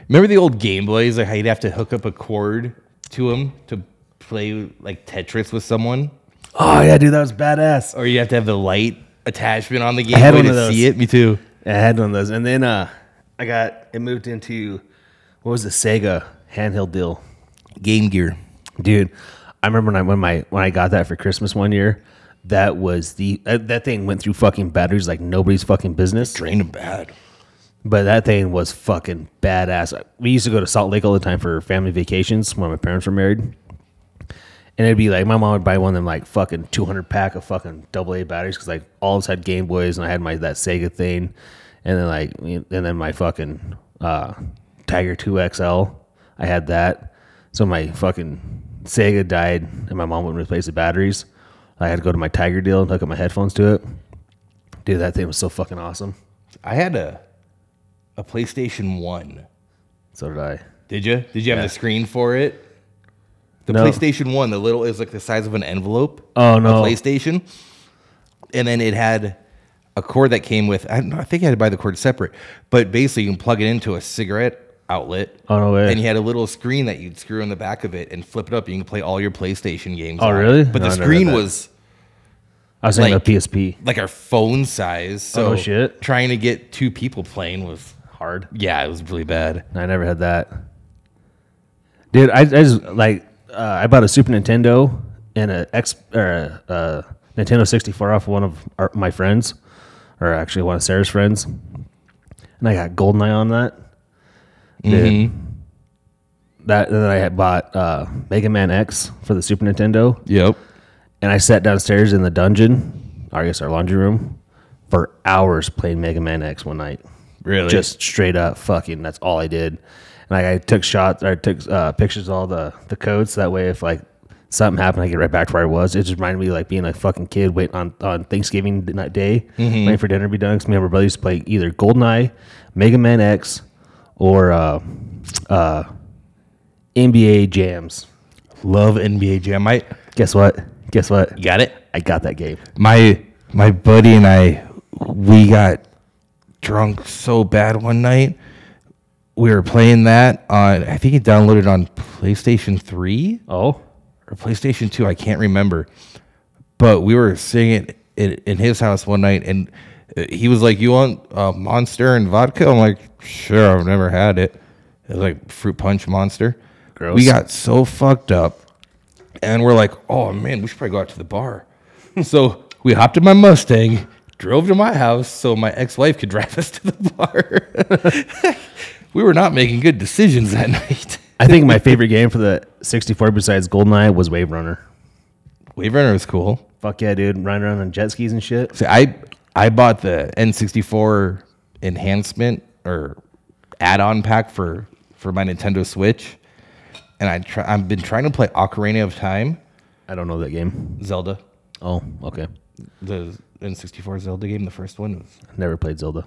Speaker 3: Remember the old Game Boys? Like how you'd have to hook up a cord to them to play like Tetris with someone,
Speaker 2: oh yeah, dude, that was badass.
Speaker 3: or you have to have the light attachment on the Game
Speaker 2: had
Speaker 3: Boy
Speaker 2: one
Speaker 3: to
Speaker 2: of those.
Speaker 3: see it. Me too.
Speaker 2: I had one of those, and then uh, I got it moved into what was the Sega handheld deal,
Speaker 3: Game Gear.
Speaker 2: dude. I remember when I when my when I got that for Christmas one year. That was the uh, that thing went through fucking batteries like nobody's fucking business.
Speaker 3: Drained them bad.
Speaker 2: But that thing was fucking badass. We used to go to Salt Lake all the time for family vacations when my parents were married. And it'd be like my mom would buy one of them like fucking 200 pack of fucking double A batteries because like all of us had Game Boys and I had my that Sega thing, and then like and then my fucking uh, Tiger 2 XL I had that. So my fucking Sega died and my mom wouldn't replace the batteries. I had to go to my Tiger deal and hook up my headphones to it. Dude, that thing was so fucking awesome.
Speaker 3: I had a a PlayStation One.
Speaker 2: So did I.
Speaker 3: Did you? Did you have the screen for it? The
Speaker 2: No.
Speaker 3: PlayStation One, the little is like the size of an envelope.
Speaker 2: Oh, no.
Speaker 3: A PlayStation, and then it had a cord that came with. I, don't know, I think I had to buy the cord separate, but basically you can plug it into a cigarette outlet.
Speaker 2: Oh, no way.
Speaker 3: And you had a little screen that you'd screw in the back of it and flip it up. and You can play all your PlayStation games.
Speaker 2: Oh,
Speaker 3: on it.
Speaker 2: really?
Speaker 3: But
Speaker 2: No, I
Speaker 3: the
Speaker 2: never had
Speaker 3: screen
Speaker 2: that.
Speaker 3: was
Speaker 2: I was thinking
Speaker 3: Like-
Speaker 2: of PSP.
Speaker 3: like our phone size. So
Speaker 2: Oh, shit.
Speaker 3: trying to get two people playing was
Speaker 2: Hard.
Speaker 3: yeah, it was really bad.
Speaker 2: I never had that. Dude, I, I just like uh, I bought a Super Nintendo and a X or a, uh Nintendo 64 off one of our, my friends, or actually one of Sarah's friends, and I got Goldeneye on that. Dude,
Speaker 3: Mm-hmm.
Speaker 2: that and then I had bought uh, Mega Man X for the Super Nintendo.
Speaker 3: Yep.
Speaker 2: And I sat downstairs in the dungeon, or I guess our laundry room, for hours playing Mega Man X one night.
Speaker 3: Really?
Speaker 2: Just straight up fucking. That's all I did. And like, I took shots, or I took uh, pictures of all the, the codes. So that way, if like something happened, I get right back to where I was. It just reminded me of, like being a fucking kid waiting on, on Thanksgiving night day, waiting for dinner to be done. Because me and my brother used to play either Goldeneye, Mega Man X, or uh, uh, NBA Jams.
Speaker 3: Love NBA Jam. I
Speaker 2: Guess what? Guess what?
Speaker 3: you got it.
Speaker 2: I got that game.
Speaker 3: my my buddy and I we got drunk so bad one night. We were playing that on I think it downloaded on PlayStation 3
Speaker 2: Oh.
Speaker 3: or PlayStation 2, I can't remember. But we were singing it in his house one night and uh, he was like, "You want uh, Monster and vodka?" I'm like, "Sure, I've never had it." It was like fruit punch Monster.
Speaker 2: Gross.
Speaker 3: We got so fucked up and we're like, oh man, we should probably go out to the bar. so we hopped in my Mustang, drove to my house so my ex wife could drive us to the bar. we were not making good decisions that night.
Speaker 2: I think my favorite game for the 64 besides Goldeneye was Wave Runner.
Speaker 3: Wave Runner was cool.
Speaker 2: Fuck yeah, dude. Running around on jet skis and shit.
Speaker 3: See, I I bought the N64 enhancement or add-on pack for for my Nintendo Switch, and I try, I've been trying to play Ocarina of Time,
Speaker 2: I don't know that game.
Speaker 3: Zelda,
Speaker 2: Oh, okay.
Speaker 3: the N64 Zelda game, the first one was
Speaker 2: Never played Zelda.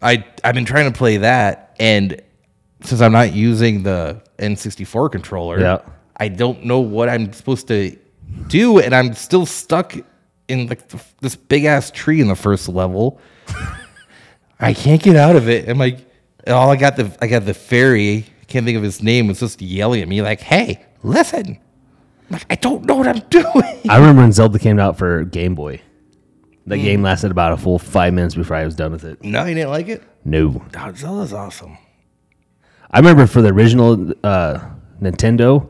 Speaker 3: I I've been trying to play that, and since I'm not using the N64 controller,
Speaker 2: Yeah.
Speaker 3: I don't know what I'm supposed to do, and I'm still stuck in like the, this big ass tree in the first level. I can't get out of it. I'm like, and all I got the I got the fairy. I can't think of his name. Was just yelling at me like, "Hey, listen!" I'm like, I don't know what I'm doing.
Speaker 2: I remember when Zelda came out for Game Boy. That game lasted about a full five minutes before I was done with it.
Speaker 3: No, you didn't like it.
Speaker 2: No.
Speaker 3: Oh, Zelda's awesome.
Speaker 2: I remember for the original uh, Nintendo,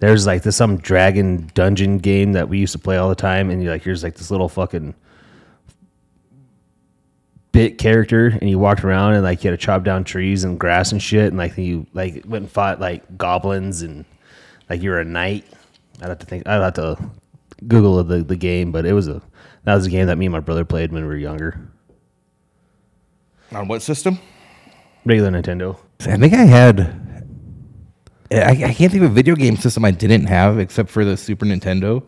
Speaker 2: there's like this some dragon dungeon game that we used to play all the time, and you're like, here's like this little fucking bit character, and you walked around and like you had to chop down trees and grass and shit, and like you like went and fought like goblins and like you were a knight. I'd have to think. I'd have to Google the the game, but it was a that was a game that me and my brother played when we were younger.
Speaker 4: On what system?
Speaker 2: Regular Nintendo.
Speaker 3: I think I had. I, I can't think of a video game system I didn't have except for the Super Nintendo.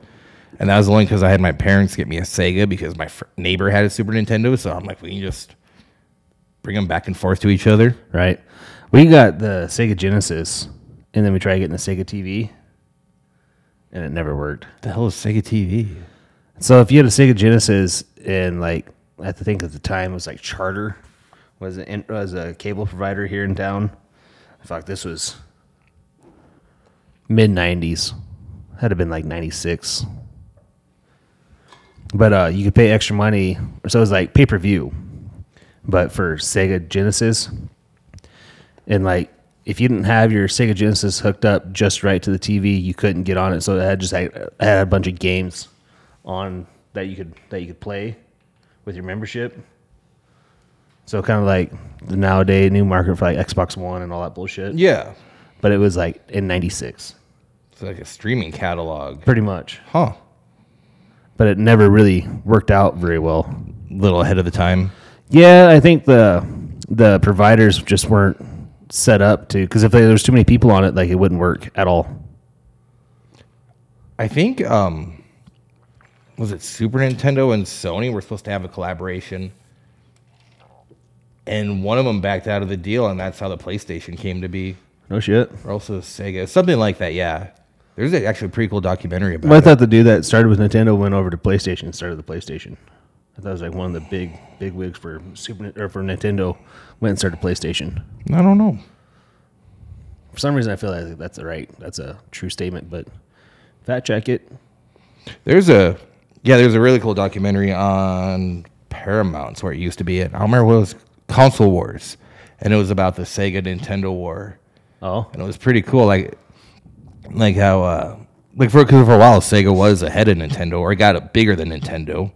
Speaker 3: And that was only because I had my parents get me a Sega because my fr- neighbor had a Super Nintendo. So I'm like, we can just bring them back and forth to each other.
Speaker 2: right? We got the Sega Genesis, and then we tried getting the Sega TV, and it never worked.
Speaker 3: the hell is Sega TV?
Speaker 2: So if you had a Sega Genesis, and like I have to think at the time it was like Charter was an, was a cable provider here in town. In fact, this was mid '90s. Had to been like '96. But uh, you could pay extra money, so it was like pay per view, but for Sega Genesis, and like if you didn't have your Sega Genesis hooked up just right to the TV, you couldn't get on it. So it had just like, had a bunch of games on that you could that you could play with your membership. So kind of like the nowadays new market for like Xbox One and all that bullshit.
Speaker 3: Yeah.
Speaker 2: But it was like in '96,
Speaker 3: It's like a streaming catalog.
Speaker 2: pretty much.
Speaker 3: Huh.
Speaker 2: But it never really worked out very well.
Speaker 3: Little ahead of the time.
Speaker 2: Yeah, I think the the providers just weren't set up to because if there was too many people on it, like it wouldn't work at all.
Speaker 3: I think um was it Super Nintendo and Sony were supposed to have a collaboration. And one of them backed out of the deal, and that's how the PlayStation came to be.
Speaker 2: No shit.
Speaker 3: Or also Sega, something like that. Yeah, there's a- actually a pretty cool documentary about
Speaker 2: I
Speaker 3: it.
Speaker 2: thought the dude that started with Nintendo went over to PlayStation and started the PlayStation. I thought it was like one of the big big wigs for Super Nin- or for Nintendo went and started PlayStation.
Speaker 3: I don't know.
Speaker 2: For some reason, I feel like that's a right. That's a true statement, but fact check it.
Speaker 3: There's a yeah, there's a really cool documentary on Paramount's where it used to be at. I don't remember what it was console wars, and it was about the Sega Nintendo war,
Speaker 2: Oh,
Speaker 3: and it was pretty cool. Like like how uh, like for 'cause for a while Sega was ahead of Nintendo or got it bigger than Nintendo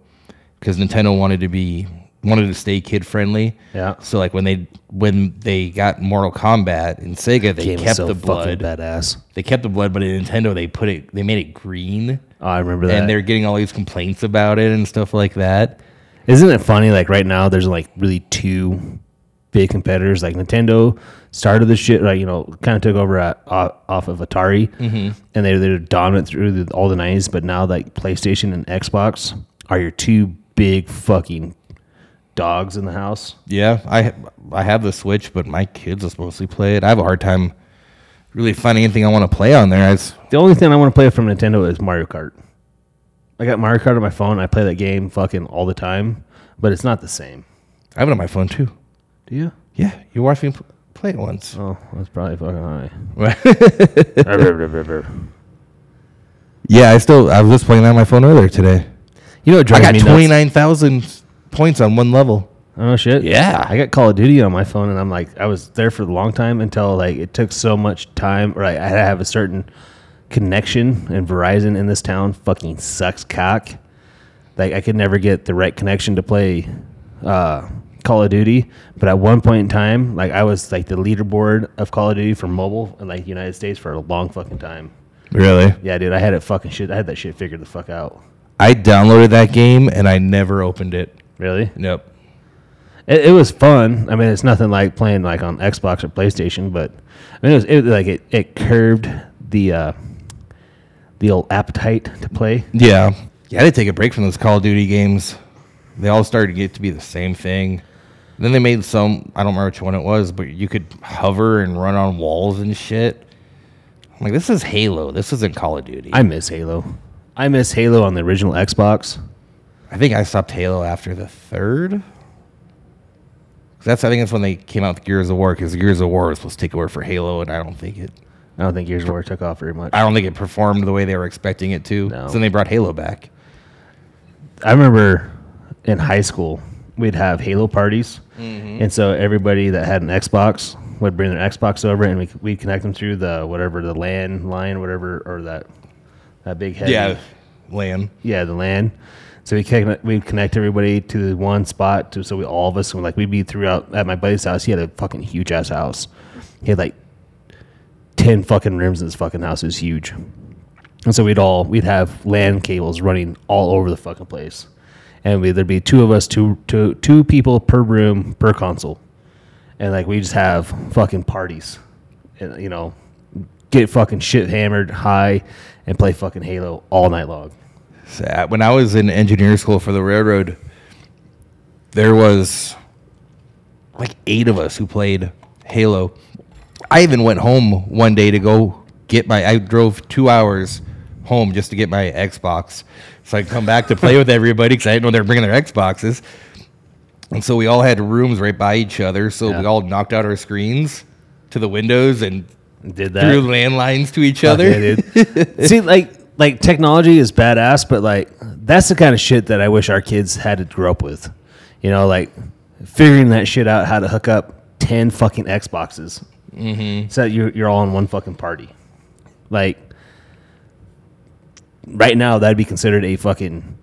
Speaker 3: because Nintendo wanted to be wanted to stay kid friendly.
Speaker 2: Yeah.
Speaker 3: So like when they when they got Mortal Kombat and Sega, they
Speaker 2: game
Speaker 3: kept
Speaker 2: was so
Speaker 3: the
Speaker 2: fucking
Speaker 3: blood.
Speaker 2: badass.
Speaker 3: They kept the blood, but in Nintendo they put it they made it green
Speaker 2: Oh, I remember that.
Speaker 3: and they're getting all these complaints about it and stuff like that.
Speaker 2: Isn't it funny? Like right now, there's like really two big competitors. Like Nintendo started the shit, like you know, kind of took over at, uh, off of Atari, and they they're dominant through the, all the '90s. But now, like PlayStation and Xbox are your two big fucking dogs in the house.
Speaker 3: Yeah, I I have the Switch, but my kids just mostly play it. I have a hard time really finding anything I want to play on there. I just,
Speaker 2: The only thing I want to play from Nintendo is Mario Kart. I got Mario Kart on my phone. I play that game fucking all the time, but it's not the same.
Speaker 3: I have it on my phone too.
Speaker 2: Do you?
Speaker 3: Yeah, you watched me p- play it once.
Speaker 2: Oh, that's probably fucking
Speaker 3: Oh.
Speaker 2: high.
Speaker 3: yeah, I still I was just playing that on my phone earlier today.
Speaker 2: you know what
Speaker 3: I
Speaker 2: drives
Speaker 3: got
Speaker 2: me nuts?
Speaker 3: twenty nine thousand points on one level.
Speaker 2: Oh shit!
Speaker 3: Yeah.
Speaker 2: I got Call of Duty on my phone, and I'm like, I was there for a long time until like it took so much time. Right, I had to have a certain connection, and Verizon in this town fucking sucks cock. Like I could never get the right connection to play uh, Call of Duty. But at one point in time, like I was like the leaderboard of Call of Duty for mobile in like the United States for a long fucking time.
Speaker 3: Really?
Speaker 2: Yeah, dude, I had it fucking shit. I had that shit figured the fuck out.
Speaker 3: I downloaded that game and I never opened it.
Speaker 2: Really?
Speaker 3: Nope.
Speaker 2: It, it was fun. I mean, it's nothing like playing like on Xbox or PlayStation, but I mean, it was it, like it, it curbed the uh, the old appetite to play.
Speaker 3: Yeah. Yeah, I had to take a break from those Call of Duty games. They all started to get to be the same thing. Then they made some, I don't remember which one it was, but you could hover and run on walls and shit. I'm like, this is Halo. This isn't Call of Duty. I,
Speaker 2: I miss Halo. I miss Halo on the original Xbox.
Speaker 3: think I stopped Halo after the third. 'Cause That's, I think that's when they came out with Gears of War, because Gears of War was supposed to take over for Halo, and I don't think it,
Speaker 2: I don't think Gears of War took off very much.
Speaker 3: I don't think it performed the way they were expecting it to.
Speaker 2: No.
Speaker 3: So then they brought Halo back.
Speaker 2: I remember in high school we'd have Halo parties, and so everybody that had an Xbox would bring their Xbox over, and we we'd connect them through the whatever the LAN line, whatever, or that that big heavy
Speaker 3: Lan.
Speaker 2: yeah, the land. So we connect, we'd connect everybody to one spot. To, so we all of us, and like we'd be throughout at my buddy's house. He had a fucking huge ass house. He had like ten ten fucking rooms in this fucking house. It was huge, and so we'd all we'd have LAN cables running all over the fucking place, and we, there'd be two of us, two two two people per room per console, and like we just have fucking parties, and you know, get fucking shit hammered high, and play fucking Halo all night long.
Speaker 3: So, uh, when I was in engineering school for the railroad, there was like eight of us who played Halo. I even went home one day to go get my. I drove two hours home just to get my Xbox, so I come back to play with everybody because I didn't know they were bringing their Xboxes. And so we all had rooms right by each other, so we
Speaker 2: Yeah.
Speaker 3: all knocked out our screens to the windows and
Speaker 2: Did that
Speaker 3: threw landlines to each other.
Speaker 2: Yeah, dude. See, like, like technology is badass, but like that's the kind of shit that I wish our kids had to grow up with. You know, like figuring that shit out, how to hook up ten fucking Xboxes, mm-hmm. so that you're you're all in one fucking party. Like, right now, that'd be considered a fucking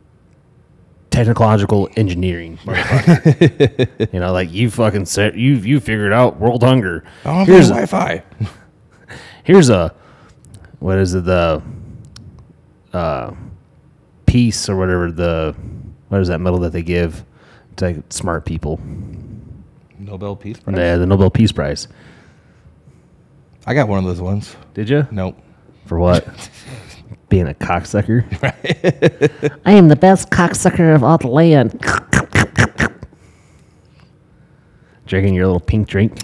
Speaker 2: technological engineering. motherfucker. you know, like you fucking set you you figured out world hunger.
Speaker 3: Oh,
Speaker 2: Here's-
Speaker 3: Wi Fi.
Speaker 2: here's a what is it the uh piece or whatever the what is that medal that they give to like, smart people
Speaker 3: Nobel Peace Prize.
Speaker 2: the, the nobel peace prize
Speaker 3: I got one of those ones.
Speaker 2: did you
Speaker 3: Nope.
Speaker 2: for what being a cocksucker
Speaker 5: I am the best cocksucker of all the land.
Speaker 2: drinking your little pink drink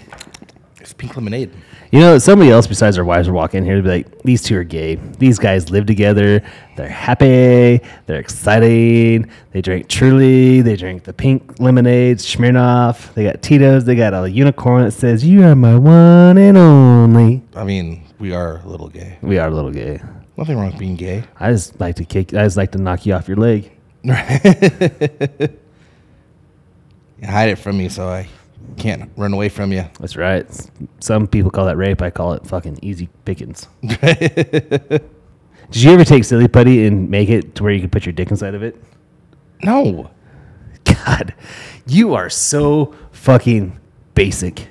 Speaker 3: It's pink lemonade.
Speaker 2: you know somebody else besides our wives would walk in here and be like these two are gay these guys live together they're happy they're exciting they drink truly they drink the pink lemonade smirnoff they got tito's they got a unicorn that says you are my one and only
Speaker 3: I mean, we are a little gay.
Speaker 2: We are a little gay.
Speaker 3: Nothing wrong with being gay.
Speaker 2: I just like to kick. I just like to knock you off your leg.
Speaker 3: You hide it from me, so I can't run away from you.
Speaker 2: That's right. S- Some people call that rape. I call it fucking easy pickings. Did you ever take silly putty and make it to where you could put your dick inside of it?
Speaker 3: No.
Speaker 2: God, you are so fucking basic.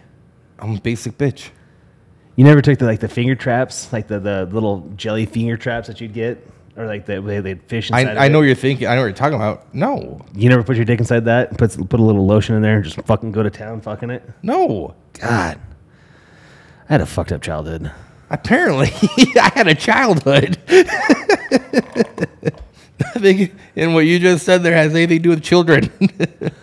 Speaker 3: I'm a basic bitch.
Speaker 2: You never took the like the finger traps, like the, the little jelly finger traps that you'd get, or like the way they'd fish inside. of
Speaker 3: I, I
Speaker 2: it?
Speaker 3: know what you're thinking. I know what you're talking about. No.
Speaker 2: You never put your dick inside that. Put put a little lotion in there and just fucking go to town, fucking it.
Speaker 3: No.
Speaker 2: God, I had a fucked up childhood.
Speaker 3: Apparently, I had a childhood. Nothing in what you just said there has anything to do with children.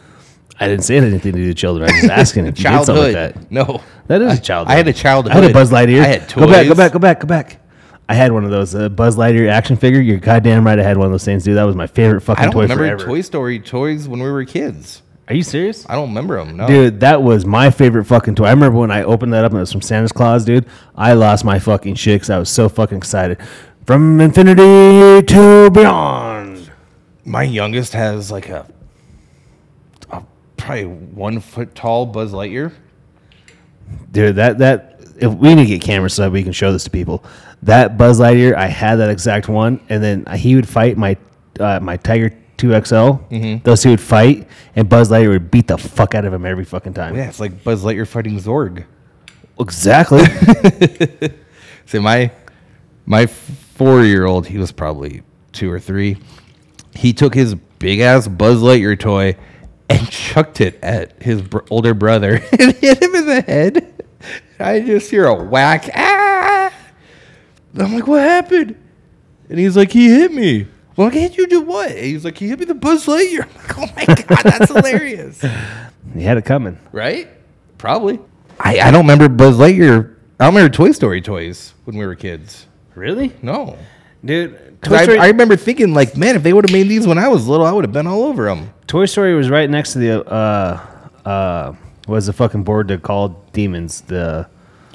Speaker 2: I didn't say it had anything to do with children. I was just asking if you did something like
Speaker 3: childhood.
Speaker 2: that.
Speaker 3: No.
Speaker 2: That is a childhood.
Speaker 3: I had a childhood.
Speaker 2: I had a Buzz Lightyear.
Speaker 3: I had toys.
Speaker 2: Go back, go back, go back, go back. I had one of those uh, Buzz Lightyear action figure. You're goddamn right. I had one of those things, dude. That was my favorite fucking
Speaker 3: I don't
Speaker 2: toy
Speaker 3: remember
Speaker 2: forever.
Speaker 3: Toy Story toys when we were kids.
Speaker 2: Are you serious?
Speaker 3: I don't remember them. No.
Speaker 2: Dude, that was my favorite fucking toy. I remember when I opened that up and it was from Santa's Claus, dude. I lost my fucking shit because I was so fucking excited. From infinity to beyond.
Speaker 3: my youngest has like a, a probably one foot tall Buzz Lightyear.
Speaker 2: dude that that if we need to get cameras so that we can show this to people that buzz lightyear i had that exact one and then he would fight my uh, my tiger 2xl those two would fight and buzz lightyear would beat the fuck out of him every fucking time
Speaker 3: Yeah, it's like Buzz Lightyear fighting Zorg.
Speaker 2: exactly
Speaker 3: See, my my four year old, he was probably two or three. He took his big ass Buzz Lightyear toy and chucked it at his br- older brother and hit him in the head. I just hear a whack. Ah! And I'm like, what happened? And he's like, he hit me. Well, I hit you do what? And he's like, he hit me with the Buzz Lightyear. I'm like, oh my god, that's hilarious,
Speaker 2: he had it coming
Speaker 3: right? Probably. I, I don't remember Buzz Lightyear. I don't remember Toy Story toys when we were kids.
Speaker 2: really
Speaker 3: No.
Speaker 2: dude
Speaker 3: 'Cause I, I remember thinking, like, man, if they would have made these when I was little, I would have been all over them.
Speaker 2: Toy Story was right next to the uh uh was the fucking board that called demons the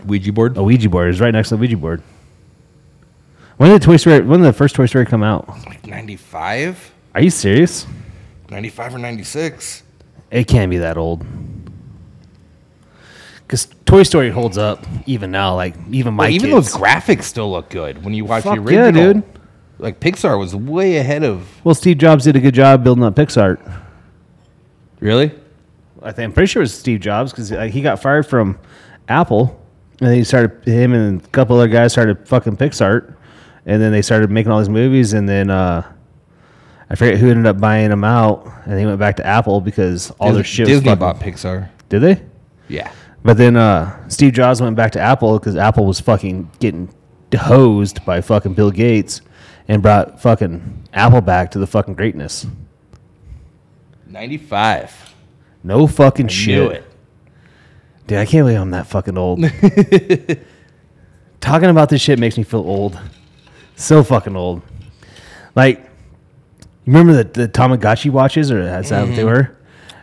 Speaker 3: Ouija board?
Speaker 2: a ouija board it was right next to the ouija board when did Toy Story? When did the first Toy Story come out?
Speaker 3: Like 95?
Speaker 2: Are you serious?
Speaker 3: 95 or 96?
Speaker 2: It can't be that old. Because Toy Story holds up even now. Like even my
Speaker 3: Well, even
Speaker 2: kids.
Speaker 3: those graphics still look good when you watch
Speaker 2: Fuck
Speaker 3: the
Speaker 2: yeah,
Speaker 3: original.
Speaker 2: dude.
Speaker 3: Like, Pixar was way ahead of.
Speaker 2: well, Steve Jobs did a good job building up Pixar.
Speaker 3: Really?
Speaker 2: I think I'm pretty sure it was Steve Jobs because he got fired from Apple And then he started him and a couple other guys started fucking Pixar, and then they started making all these movies. And then uh, I forget who ended up buying them out, and they went back to Apple because all their
Speaker 3: Dis-
Speaker 2: shit. was
Speaker 3: Disney
Speaker 2: fucking-
Speaker 3: bought Pixar.
Speaker 2: Did they?
Speaker 3: Yeah.
Speaker 2: But then uh, Steve Jobs went back to Apple because Apple was fucking getting hosed by fucking Bill Gates, and brought fucking Apple back to the fucking greatness.
Speaker 3: 95.
Speaker 2: No fucking shit.
Speaker 3: Knew it.
Speaker 2: Dude, I can't believe I'm that fucking old. Talking about this shit makes me feel old. So fucking old. Like, you remember the, the Tamagotchi watches, or is that what they were?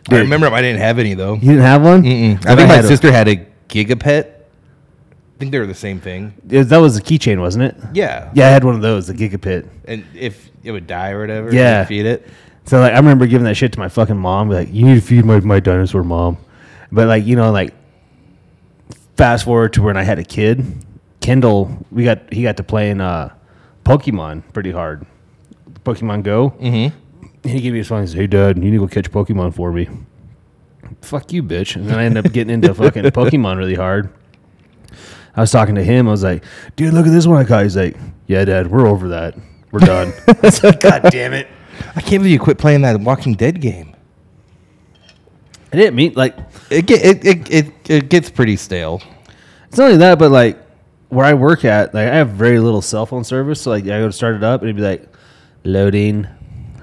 Speaker 3: Mm-hmm. I remember 'em. I didn't have any though.
Speaker 2: You didn't have one?
Speaker 3: Mm-mm. I
Speaker 2: If
Speaker 3: think my
Speaker 2: had a-
Speaker 3: sister had a Gigapet. I think they were the same thing.
Speaker 2: yeah, that was a keychain, wasn't it?
Speaker 3: Yeah.
Speaker 2: Yeah, I had one of those, the Gigapit.
Speaker 3: And if it would die or whatever,
Speaker 2: Yeah.
Speaker 3: you'd feed it.
Speaker 2: So like I remember giving that shit to my fucking mom, be like, you need to feed my, my dinosaur mom. But like, you know, like fast forward to when I had a kid, Kendall, we got he got to playing uh Pokemon pretty hard. Pokemon Go. Mm-hmm. He gave me his phone, he said, Hey dad, you need to go catch Pokemon for me. Fuck you, bitch. And then I ended up getting into fucking Pokemon really hard. I was talking to him, I was like, dude, look at this one I caught. He's like, Yeah, Dad, we're over that. We're done. I said, God damn it.
Speaker 3: I can't believe you quit playing that Walking Dead game.
Speaker 2: I didn't mean like
Speaker 3: It get, it, it, it, it gets pretty stale.
Speaker 2: it's not only that, but like where I work at, like I have very little cell phone service. So like I go to start it up and it'd be like loading,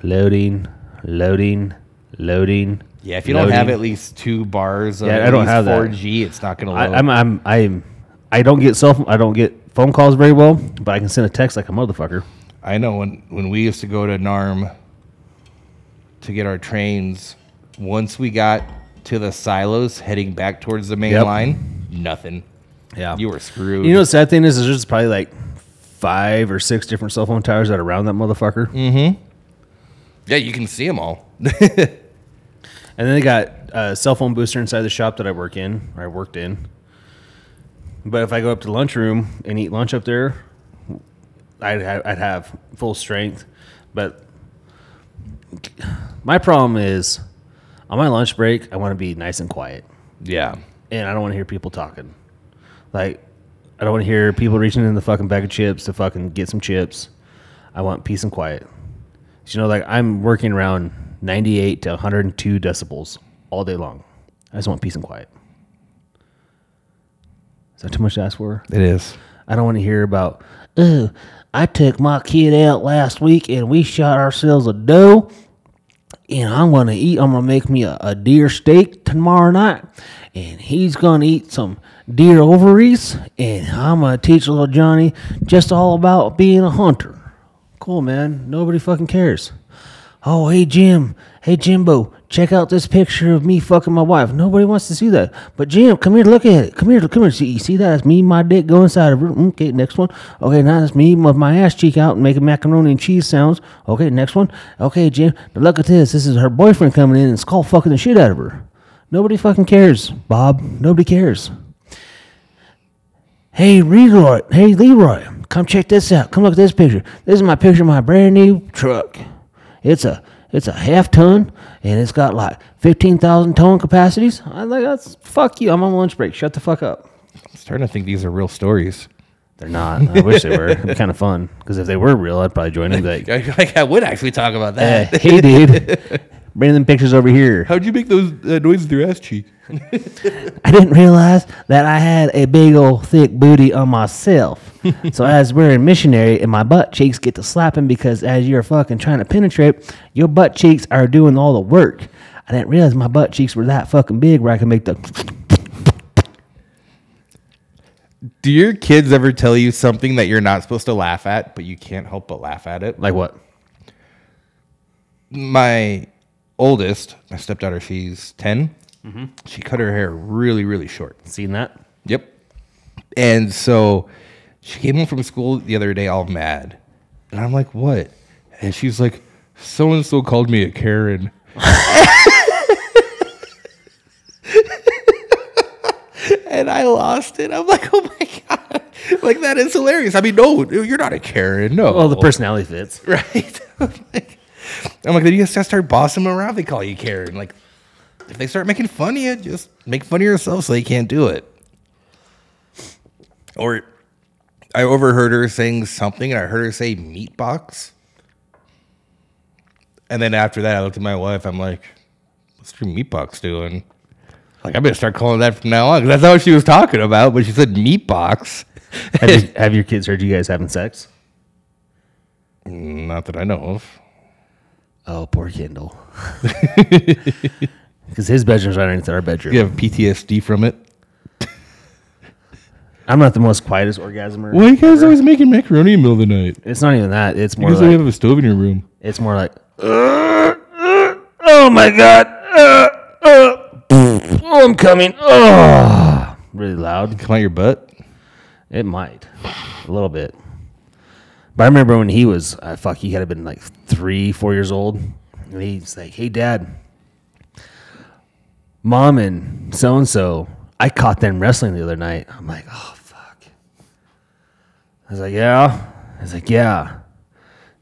Speaker 2: loading, loading, loading.
Speaker 3: Yeah, if you don't have
Speaker 2: loading."
Speaker 3: at least two bars of
Speaker 2: Yeah,
Speaker 3: at
Speaker 2: I don't
Speaker 3: least
Speaker 2: have that.
Speaker 3: 4G, it's not going to
Speaker 2: I,
Speaker 3: load.
Speaker 2: I'm I'm I'm I don't get cell phone, I don't get phone calls very well, but I can send a text like a motherfucker.
Speaker 3: I know when, when we used to go to NARM to get our trains, once we got to the silos heading back towards the main
Speaker 2: Yep.
Speaker 3: line, nothing.
Speaker 2: Yeah,
Speaker 3: You were screwed.
Speaker 2: You know, the sad thing is, is there's probably like five or six different cell phone towers that are around that motherfucker.
Speaker 3: yeah, you can see them all.
Speaker 2: And then they got a cell phone booster inside the shop that I work in, or I worked in. But if I go up to the lunchroom and eat lunch up there, I'd have, I'd have full strength. But my problem is on my lunch break, I want to be nice and quiet.
Speaker 3: Yeah.
Speaker 2: And I don't want to hear people talking. Like, I don't want to hear people reaching in the fucking bag of chips to fucking get some chips. I want peace and quiet. 'Cause, You know, like I'm working around 98 to 102 decibels all day long. I just want peace and quiet. Is that too much to ask for?
Speaker 4: It is.
Speaker 2: I don't want to hear about
Speaker 5: Ooh, I took my kid out last week and we shot ourselves a doe. And I'm gonna eat. I'm gonna make me a, a deer steak tomorrow night, and he's gonna eat some deer ovaries. And I'm gonna teach little Johnny just all about being a hunter.
Speaker 2: cool, man. Nobody fucking cares.
Speaker 5: Oh, hey Jim, hey Jimbo, check out this picture of me fucking my wife. Nobody wants to see that. But Jim, come here, look at it. Come here, come here. See, you see that? It's me, my dick go inside of it. Mm, Okay, next one. Okay, now it's me with my ass cheek out and making macaroni and cheese sounds. Okay, next one. Okay, Jim, now look at this. This is her boyfriend coming in and skull fucking the shit out of her. Nobody fucking cares, Bob. Nobody cares. Hey, Leroy. Hey, Leroy. Come check this out. Come look at this picture. This is my picture of my brand new truck. It's a it's a half ton, and it's got like fifteen thousand ton capacities.
Speaker 2: I like that's fuck you. I'm on lunch break. Shut the fuck up.
Speaker 3: I'm starting to think these are real stories.
Speaker 2: They're not. I wish they were. It'd be kind of fun because if they were real, I'd probably join them. Like,
Speaker 3: Like, I would actually talk about
Speaker 2: "Eh,
Speaker 3: that.
Speaker 2: hey, dude, bring them pictures over here.
Speaker 3: How'd you make those uh, noises with your ass cheek?
Speaker 5: I didn't realize that I had a big old thick booty on myself. so as we're in missionary, and my butt cheeks get to slapping because as you're fucking trying to penetrate, your butt cheeks are doing all the work. I didn't realize my butt cheeks were that fucking big where I could make the.
Speaker 3: Do your kids ever tell you something that you're not supposed to laugh at, but you can't help but laugh at it?
Speaker 2: Like what?
Speaker 3: my oldest, my stepdaughter, she's 10. She cut her hair really, really short.
Speaker 2: Seen that?
Speaker 3: Yep. And so she came home from school the other day all mad. And I'm like, what? And she's like, so and so called me a Karen. and I lost it. I'm like, oh my God. Like, that is hilarious. I mean, no, you're not a Karen. No.
Speaker 2: Well, the personality fits.
Speaker 3: Right? I'm like, I'm like, then you just gotta start bossing them around. They call you Karen. Like, if they start making fun of you, just make fun of yourself so they can't do it. Or I overheard her saying something, and I heard her say meat box. And then after that, I looked at my wife. I'm like, "What's your meat box doing?" Like, I better start calling it that from now on 'cause that's not what she was talking about. But she said meat box.
Speaker 2: Have, you, have your kids heard you guys having sex?
Speaker 3: Not that I know of.
Speaker 2: Oh, poor Kendall. Because his bedroom's right underneath our bedroom.
Speaker 4: You have PTSD from it.
Speaker 2: I'm not the most quietest orgasmer.
Speaker 4: Why you guys always making macaroni in the middle of the night?
Speaker 2: It's not even that. It's more
Speaker 4: You guys
Speaker 2: like
Speaker 4: have a stove in your room.
Speaker 2: it's more like. oh my god! Uh, uh, oh, I'm coming! Oh, really loud.
Speaker 4: Come out your butt.
Speaker 2: It might a little bit. But I remember when he was, uh, fuck, he had been like three, four years old, and he's like, "Hey, Dad, Mom and so and so, I caught them wrestling the other night." I'm like, "Oh, fuck." I was like, "Yeah." I was like, "Yeah."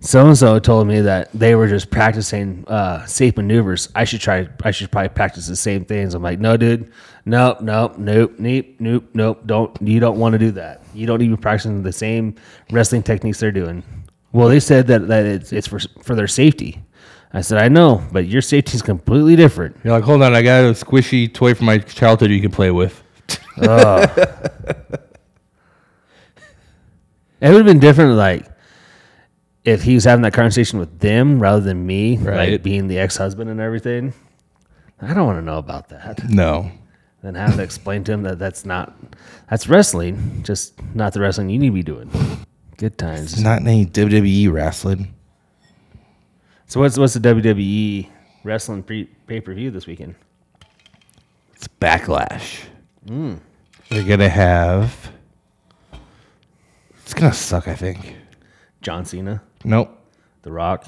Speaker 2: So and so told me that they were just practicing uh, safe maneuvers. I should try. I should probably practice the same things. I'm like, no, dude, nope, nope, nope, nope, nope, nope. Don't you don't want to do that. You don't need to be practicing the same wrestling techniques they're doing. Well, they said that that it's, it's for for their safety. I said, I know, but your safety is completely different.
Speaker 3: You're like, hold on, I got a squishy toy from my childhood you can play with.
Speaker 2: It would have been different, like if he was having that conversation with them rather than me, like
Speaker 3: Right.
Speaker 2: being the ex husband and everything. I don't want to know about that.
Speaker 3: No.
Speaker 2: and have to explain to him that that's not that's wrestling, just not the wrestling you need to be doing. Good times.
Speaker 3: Not any WWE wrestling.
Speaker 2: So what's what's the WWE wrestling pre pay per view this weekend?
Speaker 3: It's backlash. They're gonna have. It's gonna suck, I think.
Speaker 2: John Cena,
Speaker 3: Nope.
Speaker 2: The Rock.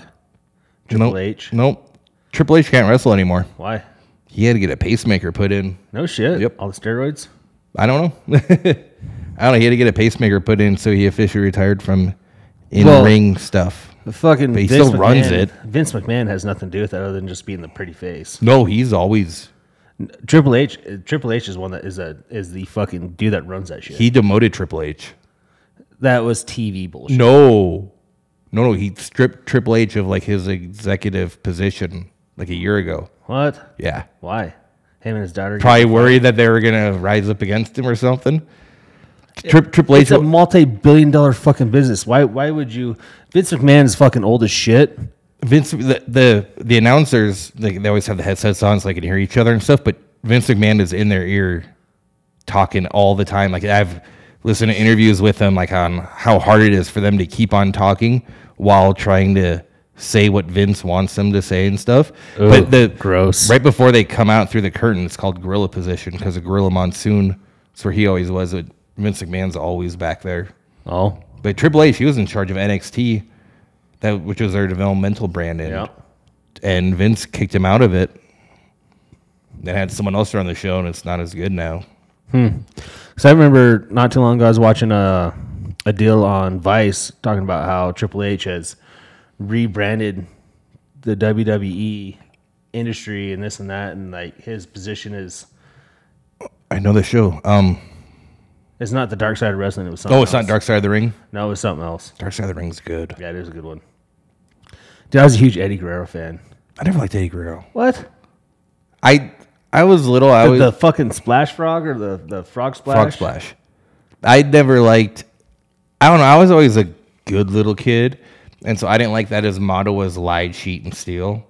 Speaker 3: Triple
Speaker 2: H?
Speaker 3: Nope. Triple H can't wrestle anymore.
Speaker 2: Why?
Speaker 3: He had to get a pacemaker put in.
Speaker 2: No shit.
Speaker 3: Yep.
Speaker 2: All the steroids.
Speaker 3: I don't know. I don't know. He had to get a pacemaker put in, so he officially retired from in ring stuff.
Speaker 2: The fucking
Speaker 3: But he
Speaker 2: Vince
Speaker 3: still runs
Speaker 2: McMahon-
Speaker 3: it.
Speaker 2: Vince McMahon has nothing to do with that other than just being the pretty face.
Speaker 3: No, he's always
Speaker 2: Triple H, uh, Triple H is one that is a is the fucking dude that runs that shit.
Speaker 3: he demoted Triple H.
Speaker 2: that was TV bullshit.
Speaker 3: No, no, no. He stripped Triple H of like his executive position like a year ago.
Speaker 2: What?
Speaker 3: Yeah,
Speaker 2: Why? Him and his daughter.
Speaker 3: probably worried that they were gonna rise up against him or something. Tri- Triple H.
Speaker 2: It's a multi-billion-dollar fucking business. Why? Why would you? Vince McMahon is fucking old as shit.
Speaker 3: Vince, the the, the announcers, they, they always have the headsets on so they can hear each other and stuff. But Vince McMahon is in their ear, talking all the time. Like I've listened to interviews with him, like on how hard it is for them to keep on talking while trying to say what Vince wants them to say and stuff. but the
Speaker 2: gross.
Speaker 3: right before they come out through the curtain, it's called gorilla position because of Gorilla Monsoon. That's where he always was. But Vince McMahon's always back there.
Speaker 2: Oh,
Speaker 3: But Triple H, he was in charge of NXT, that which was their developmental brand, and
Speaker 2: Yeah.
Speaker 3: and Vince kicked him out of it. Then had someone else run the show, and it's not as good now.
Speaker 2: because I remember not too long ago I was watching a a deal on Vice talking about how Triple H has rebranded the WWE industry and this and that, and like his position is
Speaker 3: I know the show. Um,
Speaker 2: it's not the dark side of wrestling. It was something
Speaker 3: oh, it's
Speaker 2: else.
Speaker 3: not Dark Side of the Ring.
Speaker 2: No, it was something else.
Speaker 3: Dark Side of the Ring's good.
Speaker 2: Yeah, it is a good one. Dude, I was a huge Eddie Guerrero fan.
Speaker 3: I never liked Eddie Guerrero.
Speaker 2: What?
Speaker 3: I I was little. I was
Speaker 2: the fucking splash frog or the, the frog splash?
Speaker 3: Frog Splash. I never liked. I don't know. I was always a good little kid, and so I didn't like that his motto was lie, cheat, and steal.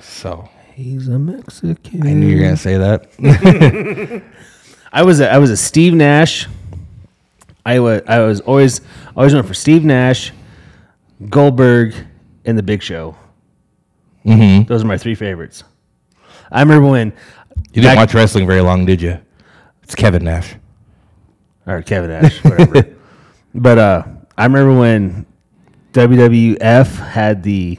Speaker 3: So
Speaker 2: He's a Mexican.
Speaker 3: I knew you were gonna say that.
Speaker 2: I was a, I was a Steve Nash. I was I was always always went for Steve Nash, Goldberg, and The Big Show. Mm-hmm. Those are my three favorites. I remember when
Speaker 3: You didn't
Speaker 2: Back-
Speaker 3: watch wrestling very long, did you? It's Kevin Nash.
Speaker 2: or Kevin Nash, whatever. but uh, I remember when WWF had the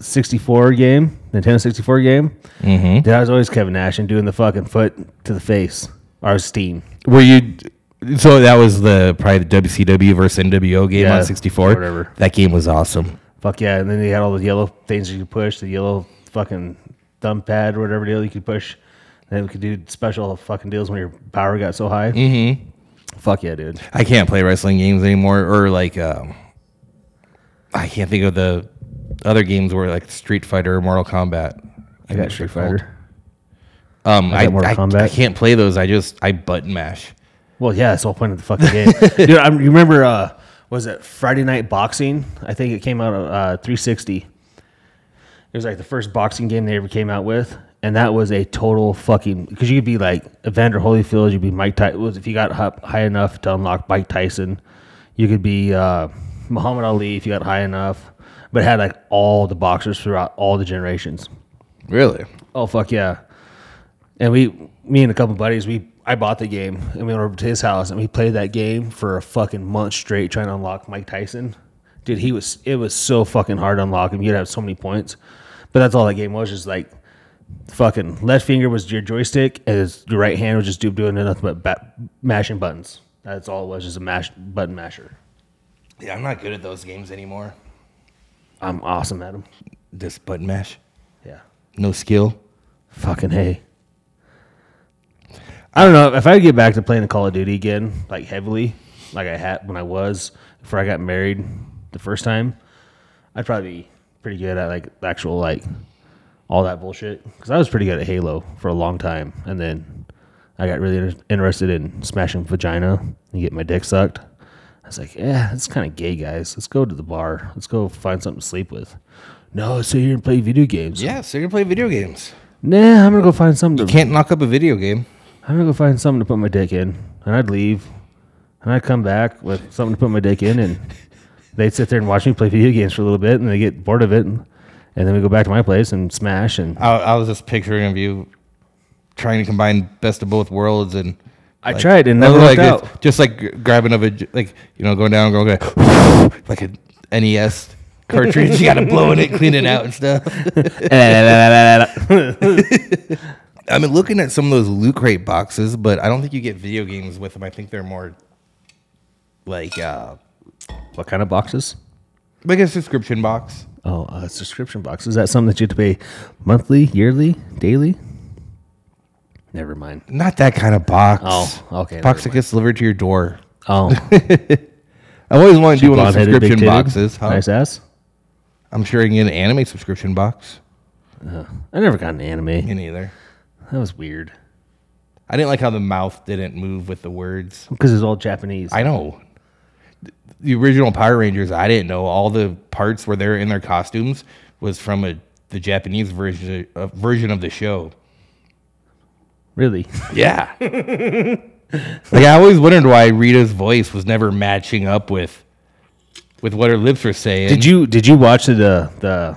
Speaker 2: 64 game, Nintendo 64 game. Mm-hmm. Dude, I was always Kevin Nash and doing the fucking foot to the face or steam.
Speaker 3: Were you? So that was the probably the WCW versus NWO game
Speaker 2: Yeah,
Speaker 3: on sixty four.
Speaker 2: whatever.
Speaker 3: That game was awesome.
Speaker 2: Fuck yeah. And then they had all the yellow things you could push, the yellow fucking thumb pad or whatever deal you could push. And then we could do special fucking deals when your power got so high. Mm-hmm. Fuck yeah, dude.
Speaker 3: I can't play wrestling games anymore, or like um, I can't think of the other games where like Street Fighter or Mortal Kombat.
Speaker 2: I got Street Fighter.
Speaker 3: Um, I,
Speaker 2: Mortal
Speaker 3: I,
Speaker 2: Kombat.
Speaker 3: I can't play those. I just I button mash.
Speaker 2: Well, yeah, that's the whole point of the fucking game, dude. I you remember uh, was it Friday Night Boxing? I think it came out of uh, 360. It was like the first boxing game they ever came out with, and that was a total fucking because you could be like Evander Holyfield, you'd be Mike Tyson. If you got up high enough to unlock Mike Tyson, you could be uh, Muhammad Ali if you got high enough. But it had like all the boxers throughout all the generations.
Speaker 3: Really?
Speaker 2: Oh fuck yeah! And we, me and a couple buddies, we I bought the game and we went over to his house and we played that game for a fucking month straight trying to unlock Mike Tyson. Dude, he was it was so fucking hard to unlock him. You'd have so many points, but that's all that game was. Just like fucking left finger was your joystick and his, your right hand was just dude doing nothing but bat, mashing buttons. That's all it was, just a mash button masher.
Speaker 3: Yeah, I'm not good at those games anymore.
Speaker 2: I'm awesome at him.
Speaker 3: Just button mash.
Speaker 2: Yeah,
Speaker 3: No skill.
Speaker 2: fucking hey. I don't know if I get back to playing the Call of Duty again, like heavily, like I had when I was before I got married the first time. I'd probably be pretty good at like the actual like all that bullshit because I was pretty good at Halo for a long time, and then I got really inter- interested in smashing vagina and getting my dick sucked. I was like, yeah, it's kind of gay, guys. Let's go to the bar. Let's go find something to sleep with. No, sit here and play video games.
Speaker 3: Yeah, so you can play video games.
Speaker 2: Nah, I'm gonna go find something to
Speaker 3: Can't knock up a video game.
Speaker 2: I'm gonna go find something to put my dick in, and I'd leave, and I'd come back with something to put my dick in, and they'd sit there and watch me play video games for a little bit, and they get bored of it, and, and then we go back to my place and smash, and
Speaker 3: I, I was just picturing of you trying to combine best of both worlds and.
Speaker 2: I tried and never
Speaker 3: like
Speaker 2: worked out.
Speaker 3: it's just like grabbing of a j- like you know going down going like, like a NES cartridge you got to blow in it clean it out and stuff. I've been looking at some of those loot crate boxes, but I don't think you get video games with them. I think they're more like uh
Speaker 2: what kind of boxes?
Speaker 3: like a subscription box.
Speaker 2: Oh, a subscription box. Is that something that you have to pay monthly, yearly, daily? Never mind.
Speaker 3: Not that kind of box.
Speaker 2: Oh, okay,
Speaker 3: Box
Speaker 2: never
Speaker 3: that gets delivered to your door.
Speaker 2: Oh,
Speaker 3: I always want to do one of those
Speaker 2: blonde-headed, big
Speaker 3: subscription
Speaker 2: titted,
Speaker 3: boxes. huh?
Speaker 2: Nice ass.
Speaker 3: I'm sure you can get an anime subscription box.
Speaker 2: I never got an anime.
Speaker 3: Me neither.
Speaker 2: That was weird
Speaker 3: I didn't like how the mouth didn't move with the words.
Speaker 2: because it's all Japanese.
Speaker 3: I know. The original Power Rangers, I didn't know all the parts where they're in their costumes was from a the Japanese version uh, version of the show.
Speaker 2: really.
Speaker 3: Yeah. like I always wondered why Rita's voice was never matching up with with what her lips were saying.
Speaker 2: Did you did you watch the the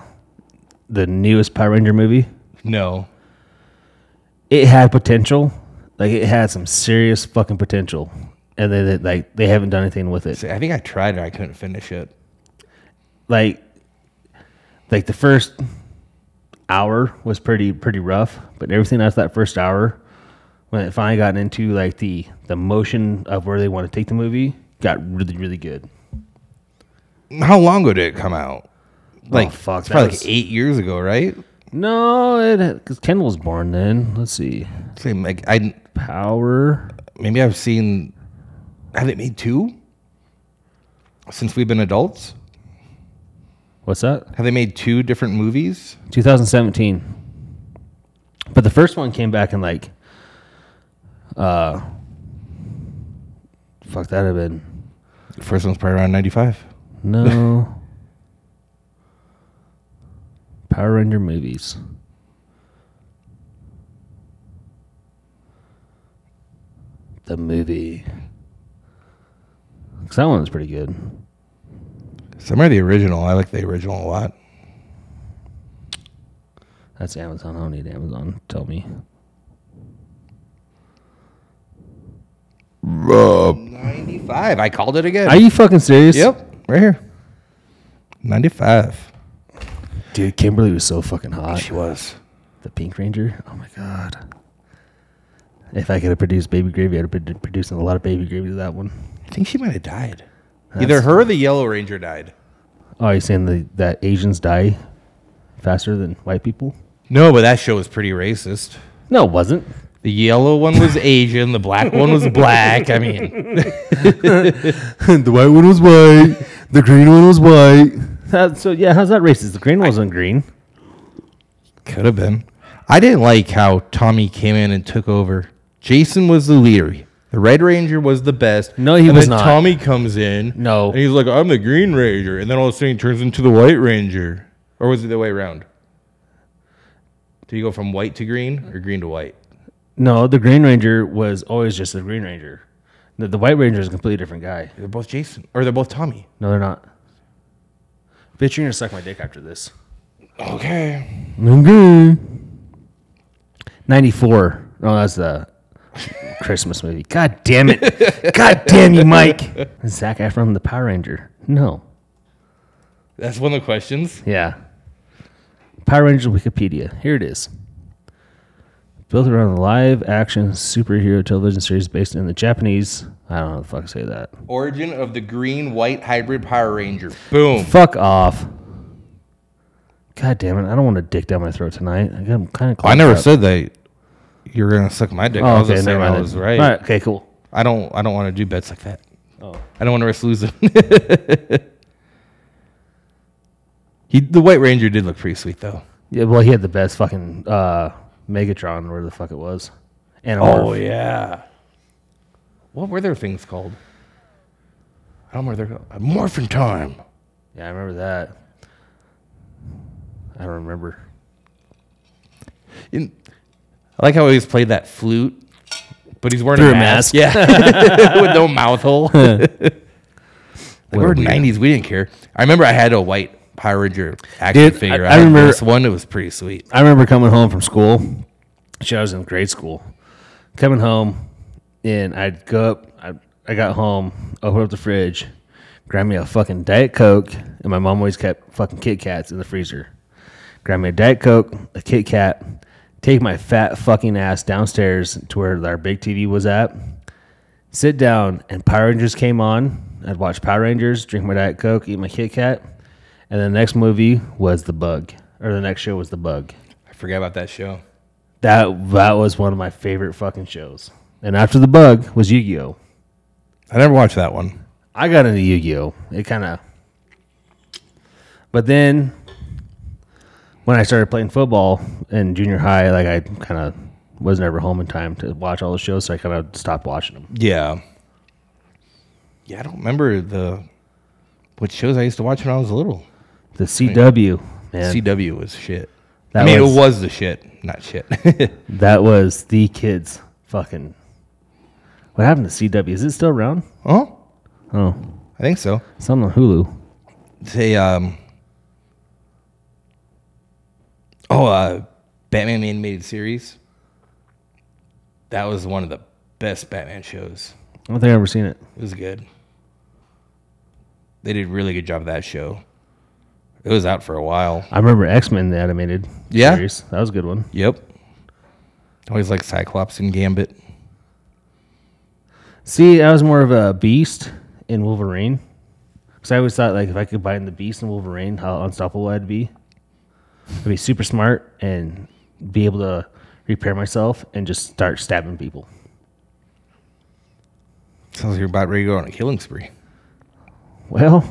Speaker 2: the newest Power Ranger movie?
Speaker 3: No.
Speaker 2: It had potential, like it had some serious fucking potential, and then it, like they haven't done anything with it.
Speaker 3: See, I think I tried it. I couldn't finish it.
Speaker 2: Like, like the first hour was pretty pretty rough, but everything after that first hour, when it finally got into like the the motion of where they want to take the movie, got really really good.
Speaker 3: How long ago did it come out? Like
Speaker 2: Oh, fuck,
Speaker 3: it's probably
Speaker 2: that was-
Speaker 3: like eight years ago, right?
Speaker 2: No, it because Kendall was born then. Let's see,
Speaker 3: Same like I
Speaker 2: Power.
Speaker 3: maybe I've seen have they made two since we've been adults?
Speaker 2: What's that?
Speaker 3: Have they made two different movies?
Speaker 2: 2017. But the first one came back in like, uh, fuck that have been
Speaker 3: The first one's probably around ninety five.
Speaker 2: no. Power Ranger movies. The movie. 'Cause that one was pretty good.
Speaker 3: Some are the original. I like the original a lot.
Speaker 2: That's Amazon. I don't need Amazon. Tell me.
Speaker 3: Ninety five. I called it again.
Speaker 2: Are you fucking serious?
Speaker 3: Yep, right here. 95.
Speaker 2: Dude, Kimberly was so fucking hot.
Speaker 3: was.
Speaker 2: The Pink Ranger. Oh my god. If I could have produced Baby Gravy, I'd have been producing a lot of Baby Gravy to that one.
Speaker 3: I think she might have died. Either her or the Yellow Ranger died.
Speaker 2: Oh, you're saying the, that Asians die faster than white people?
Speaker 3: No, but that show was pretty racist.
Speaker 2: No, it wasn't.
Speaker 3: The yellow one was Asian. The black one was black. I mean,
Speaker 2: the white one was white. The green one was white. so yeah, how's that racist? The green wasn't green.
Speaker 3: could have been. I didn't like how Tommy came in and took over. Jason was the leader. The Red Ranger was the best.
Speaker 2: No, he
Speaker 3: and
Speaker 2: was
Speaker 3: then
Speaker 2: not.
Speaker 3: Tommy comes in.
Speaker 2: No.
Speaker 3: and he's like, "I'm the Green Ranger," and then all of a sudden he turns into the White Ranger. Or was it the way around? Do you go from white to green or green to white?
Speaker 2: No, the Green Ranger was always just the Green Ranger. The, the White Ranger is a completely different guy.
Speaker 3: They're both Jason, or they're both Tommy.
Speaker 2: No, they're not. Bitch, you're gonna suck my dick after this.
Speaker 3: Okay.
Speaker 2: Okay. Ninety-four. Oh, that's the Christmas movie. God damn it! God damn you, Mike. Zach Efron, the Power Ranger. No.
Speaker 3: That's one of the questions.
Speaker 2: Yeah. Power Rangers Wikipedia. Here it is. Built around a live action superhero television series based in the Japanese. I don't know how the fuck to say that.
Speaker 3: Origin of the green white hybrid Power Ranger. Boom.
Speaker 2: Fuck off. God damn it. I don't want to dick down my throat tonight. I got kind of
Speaker 3: I never said that you're gonna suck my
Speaker 2: Oh,
Speaker 3: dick. I was just saying I was right.
Speaker 2: Okay, cool.
Speaker 3: I don't. I don't want to do bets like that.
Speaker 2: Oh.
Speaker 3: I don't want to risk losing. he, the White Ranger did look pretty sweet though.
Speaker 2: Yeah, well, he had the best fucking uh, Megatron, where the fuck it was. And
Speaker 3: yeah. What were their things called? I don't remember. Their, uh, Morphin time.
Speaker 2: Yeah, I remember that. I don't remember.
Speaker 3: In, I like how he always played that flute, but he's wearing
Speaker 2: Through
Speaker 3: a
Speaker 2: a
Speaker 3: mask.
Speaker 2: mask.
Speaker 3: Yeah, with no mouth hole. like we
Speaker 2: What a
Speaker 3: were
Speaker 2: weirdo.
Speaker 3: nineties. We didn't care. I remember I had a white Power Ranger action
Speaker 2: Dude, I-
Speaker 3: figure.
Speaker 2: I
Speaker 3: had
Speaker 2: remember-
Speaker 3: this one. It was pretty sweet.
Speaker 2: I remember coming home from school. Shit, I was in grade school. Coming home, and I'd go up. I, I got home, opened up the fridge, grabbed me a fucking Diet Coke, and my mom always kept fucking Kit Kats in the freezer. Grab me a Diet Coke, a Kit Kat, take my fat fucking ass downstairs to where our big TV was at, sit down, and Power Rangers came on. I'd watch Power Rangers, drink my Diet Coke, eat my Kit Kat, and the next movie was The Bug, or the next show was The Bug.
Speaker 3: I forgot about that show.
Speaker 2: That that was one of my favorite fucking shows. And after the bug was Yu-Gi-Oh.
Speaker 3: I never watched that one.
Speaker 2: I got into Yu-Gi-Oh. It kind of But then when I started playing football in junior high, like I kind of was never home in time to watch all the shows, so I kind of stopped watching them.
Speaker 3: Yeah. Yeah, I don't remember the what shows I used to watch when I was little.
Speaker 2: The CW, man.
Speaker 3: CW was shit. I
Speaker 2: That
Speaker 3: mean,
Speaker 2: was-
Speaker 3: it was the shit, not shit.
Speaker 2: that was the kids fucking What happened to CW? Is it still around?
Speaker 3: oh,
Speaker 2: Oh,
Speaker 3: I think so.
Speaker 2: it's on Hulu.
Speaker 3: Say, um, oh, uh, Batman the animated series. That was one of the best Batman shows.
Speaker 2: I don't think I've ever seen it.
Speaker 3: It was good. They did a really good job of that show. It was out for a while.
Speaker 2: I remember X Men the animated
Speaker 3: Yeah.
Speaker 2: series. That was a good one.
Speaker 3: Yep. Always like Cyclops and Gambit.
Speaker 2: See, I was more of a Beast and Wolverine. Because I always thought, like, if I could bind the Beast and Wolverine, how unstoppable I'd be. I'd be super smart and be able to repair myself and just start stabbing people.
Speaker 3: Sounds like you're about ready to go on a killing spree.
Speaker 2: Well,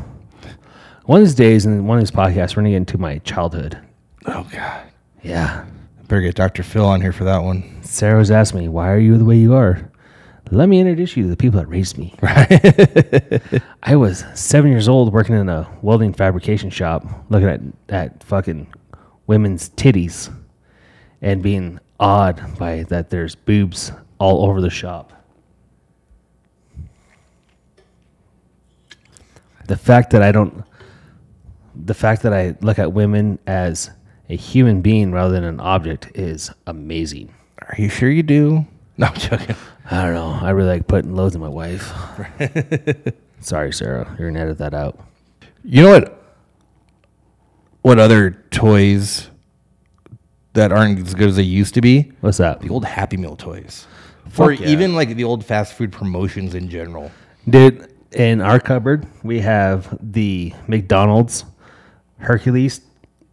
Speaker 2: one of these days and one of these podcasts, we're going to get into my childhood.
Speaker 3: Oh God.
Speaker 2: Yeah.
Speaker 3: Better get Dr. Phil on here for that one.
Speaker 2: Sarah was asking me, why are you the way you are? Let me introduce you to the people that raised me. I was seven years old working in a welding fabrication shop, looking at, at fucking women's titties and being awed by that there's boobs all over the shop. The fact that I don't, the fact that I look at women as a human being rather than an object is amazing.
Speaker 3: Are you sure you do? No, I'm joking.
Speaker 2: I don't know. I really like putting loads in my wife. Sorry, Sarah. You're gonna edit that out.
Speaker 3: You know what? What other toys that aren't as good as they used to be?
Speaker 2: What's that,
Speaker 3: The old Happy Meal toys. or
Speaker 2: yeah.
Speaker 3: even like the old fast food promotions in general.
Speaker 2: dude? In our cupboard, we have the McDonald's Hercules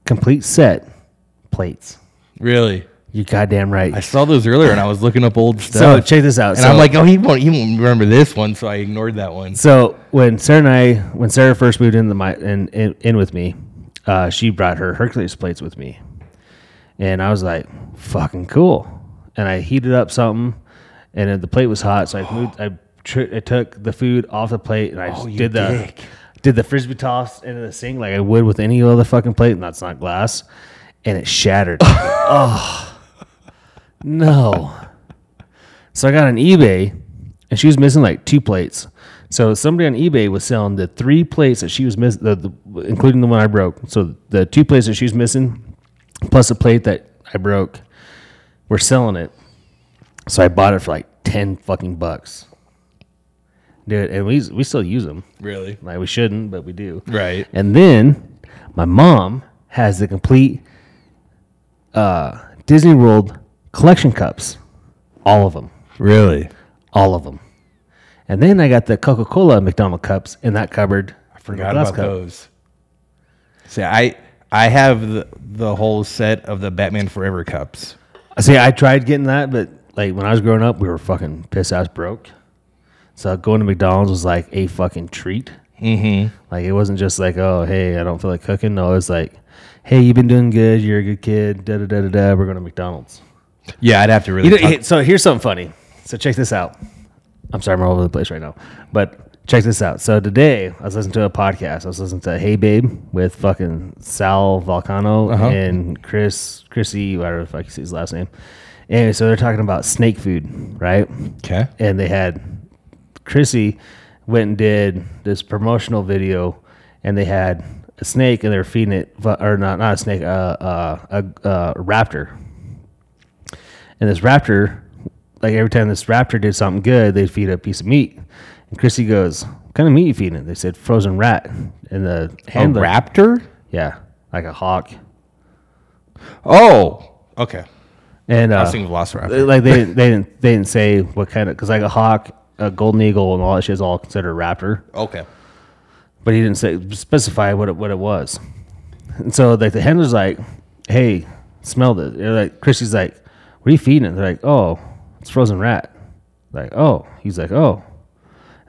Speaker 2: complete set plates.
Speaker 3: Really?
Speaker 2: You're goddamn right.
Speaker 3: I saw those earlier and I was looking up old stuff.
Speaker 2: so check this out.
Speaker 3: and
Speaker 2: so,
Speaker 3: I'm like, oh, he won't, he won't remember this one, so I ignored that one.
Speaker 2: so when Sarah and I, when Sarah first moved into my in, in, in with me, uh, she brought her Hercules plates with me, and I was like, fucking cool. And I heated up something, and then the plate was hot, so I moved. I, tr- I took the food off the plate and I just did the did the frisbee toss into the sink like I would with any other fucking plate, and that's not glass, and it shattered. oh no. So I got on eBay, and she was missing like two plates. So somebody on eBay was selling the three plates that she was missing, the, the, including the one I broke. So the two plates that she was missing, plus a plate that I broke, were selling it. So I bought it for like ten fucking bucks, dude. And we we still use them.
Speaker 3: Really?
Speaker 2: Like we shouldn't, but we do.
Speaker 3: Right.
Speaker 2: And then my mom has the complete uh, Disney World collection cups, all of them
Speaker 3: Really?
Speaker 2: all of them. And then I got the Coca Cola McDonald cups in that cupboard. I
Speaker 3: Forgot about those. See, I I have the, the whole set of the Batman Forever cups.
Speaker 2: See, I tried getting that, but like when I was growing up, we were fucking piss ass broke. So going to McDonald's was like a fucking treat. Mm-hmm. Like it wasn't just like, oh hey, I don't feel like cooking. No, it was like, hey, you've been doing good. You're a good kid. Da da da da da. We're going to McDonald's.
Speaker 3: Yeah, I'd have to really.
Speaker 2: You know,
Speaker 3: talk-
Speaker 2: hey, so here's something funny. So check this out. I'm sorry, I'm all over the place right now, but check this out. So today, I was listening to a podcast. I was listening to Hey Babe with fucking Sal Volcano
Speaker 3: Uh-huh.
Speaker 2: and Chris Chrissy, whatever the fuck you see his last name. Anyway, so they're talking about snake food, right?
Speaker 3: okay.
Speaker 2: And they had Chrissy went and did this promotional video, and they had a snake, and they were feeding it, fu- or not, not a snake, uh, uh, a uh, raptor. And this raptor, like every time this raptor did something good, they'd feed it a piece of meat. And Chrissy goes, "What kind of meat you feeding it?" They said, "Frozen rat." And the
Speaker 3: A
Speaker 2: handler,
Speaker 3: raptor?
Speaker 2: yeah, like a hawk.
Speaker 3: Oh, okay.
Speaker 2: And uh,
Speaker 3: I was thinking Velociraptor.
Speaker 2: They- like they didn't, they didn't they didn't say what kind of because like a hawk, a golden eagle, and all that shit is all considered raptor,
Speaker 3: Okay.
Speaker 2: but he didn't say specify what it what it was. And so like the handler's like, "Hey, smell this." They're like Chrissy's like, "What are you feeding it?" They're like, "Oh, it's frozen rat." Like, "Oh," he's like, "Oh,"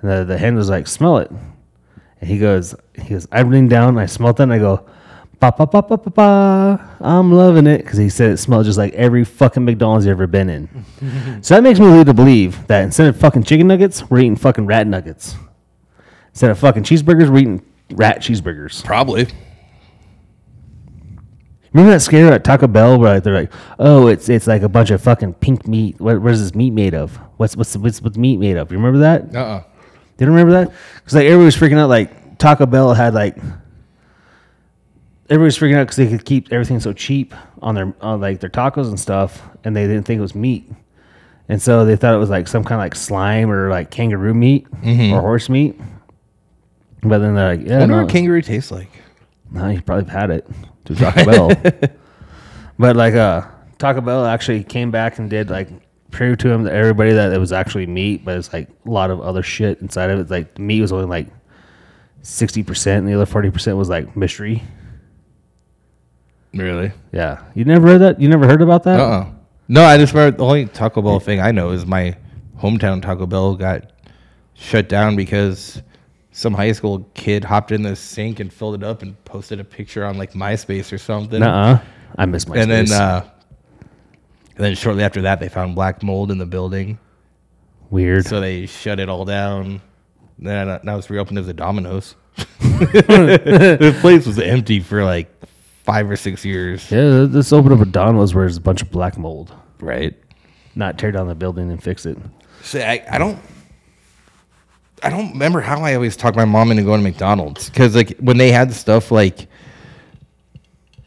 Speaker 2: and the, the handler's like, "Smell it," and he goes, "He goes." I lean down, I smell it, and I go. Ba, ba, ba, ba, ba, ba. I'm loving it because he said it smelled just like every fucking McDonald's you've ever been in. So that makes me lead to believe that instead of fucking chicken nuggets, we're eating fucking rat nuggets. Instead of fucking cheeseburgers, we're eating rat cheeseburgers.
Speaker 3: Probably.
Speaker 2: Remember that scare at Taco Bell where like, they're like, "Oh, it's it's like a bunch of fucking pink meat. What, what is this meat made of? What's what's what's what's meat made of? You remember that?
Speaker 3: Uh uh
Speaker 2: You don't remember that? Because like everybody was freaking out. Like Taco Bell had like everybody was freaking out because they could keep everything so cheap on their on like their tacos and stuff, and they didn't think it was meat, and so they thought it was like some kind of like slime or like kangaroo meat or horse meat. But then they're like, yeah,
Speaker 3: I wonder
Speaker 2: no,
Speaker 3: what
Speaker 2: it's-
Speaker 3: kangaroo tastes like.
Speaker 2: no, you probably had it to Taco Bell. but like uh Taco Bell actually came back and did like prove to him that everybody that it was actually meat, but it's like a lot of other shit inside of it. Like the meat was only like sixty percent and the other forty percent was like mystery.
Speaker 3: Really?
Speaker 2: Yeah. You never read that? You never heard about that?
Speaker 3: Uh uh No, I just remember the only Taco Bell thing I know is my hometown Taco Bell got shut down because some high school kid hopped in the sink and filled it up and posted a picture on like MySpace or something.
Speaker 2: Nuh-uh. I miss my
Speaker 3: and then uh, and then shortly after that they found black mold in the building,
Speaker 2: weird.
Speaker 3: so they shut it all down. Then I- now it's reopened as a Domino's. the place was empty for like five or six years.
Speaker 2: yeah, let's open up a Donald's where there's a bunch of black mold.
Speaker 3: Right.
Speaker 2: Not tear down the building and fix it.
Speaker 3: See, I, I don't. I don't remember how I always talked my mom into going to McDonald's because, like, when they had stuff like